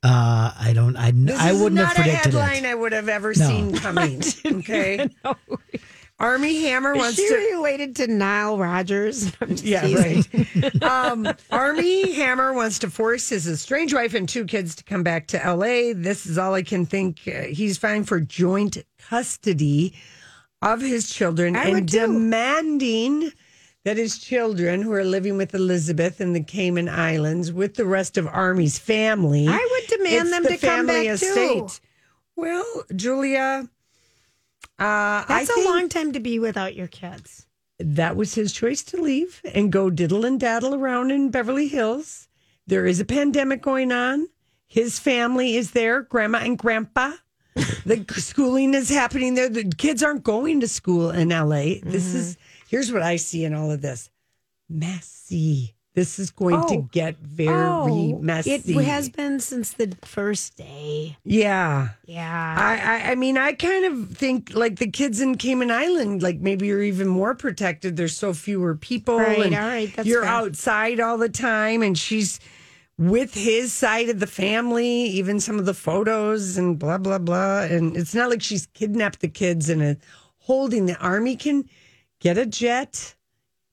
[SPEAKER 12] Uh, I don't. I
[SPEAKER 3] this
[SPEAKER 12] I
[SPEAKER 3] is
[SPEAKER 12] wouldn't have
[SPEAKER 3] not
[SPEAKER 12] predicted
[SPEAKER 3] a headline
[SPEAKER 12] it.
[SPEAKER 3] I would have ever
[SPEAKER 12] No.
[SPEAKER 3] seen coming. okay. Army Hammer
[SPEAKER 10] Is
[SPEAKER 3] wants
[SPEAKER 10] she
[SPEAKER 3] to
[SPEAKER 10] related to Nile Rodgers? I'm just
[SPEAKER 3] Yeah,
[SPEAKER 10] teasing.
[SPEAKER 3] right. um, Army Hammer wants to force his estranged wife and two kids to come back to LA. This is all I can think. Uh, he's vying for joint custody of his children
[SPEAKER 10] I
[SPEAKER 3] and
[SPEAKER 10] would too.
[SPEAKER 3] demanding that his children, who are living with Elizabeth in the Cayman Islands with the rest of Army's family,
[SPEAKER 10] I would demand
[SPEAKER 3] it's
[SPEAKER 10] them
[SPEAKER 3] the
[SPEAKER 10] to come
[SPEAKER 3] family
[SPEAKER 10] back, too.
[SPEAKER 3] Well, Julia, uh, I
[SPEAKER 10] That's a
[SPEAKER 3] think
[SPEAKER 10] long time to be without your kids.
[SPEAKER 3] that was his choice to leave and go diddle and daddle around in Beverly Hills. There is a pandemic going on. His family is there, grandma and grandpa. the schooling is happening there. The kids aren't going to school in LA. This is
[SPEAKER 10] Mm-hmm.
[SPEAKER 3] here's what I see in all of this messy. This is going to
[SPEAKER 10] Oh.
[SPEAKER 3] get very messy.
[SPEAKER 10] It has been since the first day.
[SPEAKER 3] yeah.
[SPEAKER 10] Yeah.
[SPEAKER 3] I, I, I mean, I kind of think like the kids in Cayman Island, like maybe you're even more protected. There's so fewer people.
[SPEAKER 10] Right,
[SPEAKER 3] and
[SPEAKER 10] all right, that's
[SPEAKER 3] you're
[SPEAKER 10] fair.
[SPEAKER 3] outside all the time, and she's with his side of the family, even some of the photos and blah, blah, blah. And it's not like she's kidnapped the kids and uh, holding the army can get a jet,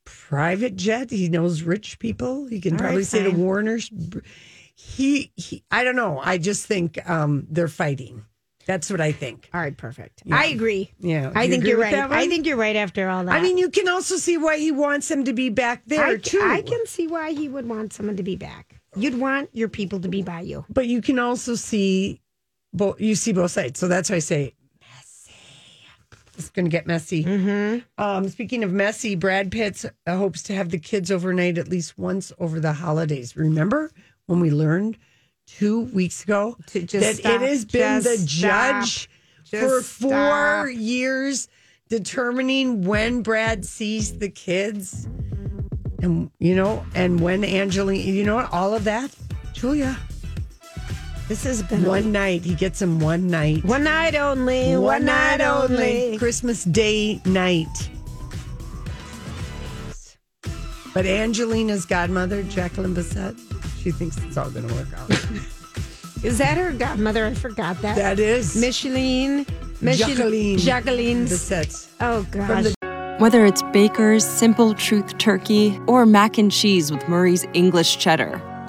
[SPEAKER 3] private jet. He knows rich people. He can
[SPEAKER 10] All right,
[SPEAKER 3] probably say to
[SPEAKER 10] fine.
[SPEAKER 3] Warner, he, he, I don't know. I just think um, they're fighting. That's what I think.
[SPEAKER 10] All right, perfect.
[SPEAKER 3] Yeah.
[SPEAKER 10] I agree.
[SPEAKER 3] Yeah,
[SPEAKER 10] I
[SPEAKER 3] you
[SPEAKER 10] think
[SPEAKER 3] agree
[SPEAKER 10] you're
[SPEAKER 3] with
[SPEAKER 10] right.
[SPEAKER 3] that one?
[SPEAKER 10] I think you're right after all that.
[SPEAKER 3] I mean, you can also see why he wants them to be back there
[SPEAKER 10] I,
[SPEAKER 3] too.
[SPEAKER 10] I can see why he would want someone to be back. You'd want your people to be by you.
[SPEAKER 3] but you can also see, bo- you see both sides. So that's why I say messy. It's going to get messy.
[SPEAKER 10] Mm-hmm.
[SPEAKER 3] Um, speaking of messy, Brad Pitt hopes to have the kids overnight at least once over the holidays. Remember when we learned two weeks ago
[SPEAKER 10] To just
[SPEAKER 3] that
[SPEAKER 10] stop.
[SPEAKER 3] it has been
[SPEAKER 10] Just
[SPEAKER 3] the
[SPEAKER 10] stop.
[SPEAKER 3] judge
[SPEAKER 10] Just
[SPEAKER 3] for four
[SPEAKER 10] stop.
[SPEAKER 3] years determining when Brad sees the kids and you know and when Angelina you know what all of that Julia
[SPEAKER 10] This has been a-
[SPEAKER 3] one night he gets him one night
[SPEAKER 10] one night only. One, night only.
[SPEAKER 3] Christmas Day night. But Angelina's godmother, Jacqueline Bassett, she thinks it's all going to work out.
[SPEAKER 10] Is that her godmother? I forgot that.
[SPEAKER 3] that is
[SPEAKER 10] Micheline.
[SPEAKER 3] Jacqueline.
[SPEAKER 10] Micheline. Jacqueline's.
[SPEAKER 3] Bassett.
[SPEAKER 10] Oh, gosh.
[SPEAKER 2] Whether it's Baker's Simple Truth Turkey or mac and cheese with Murray's English Cheddar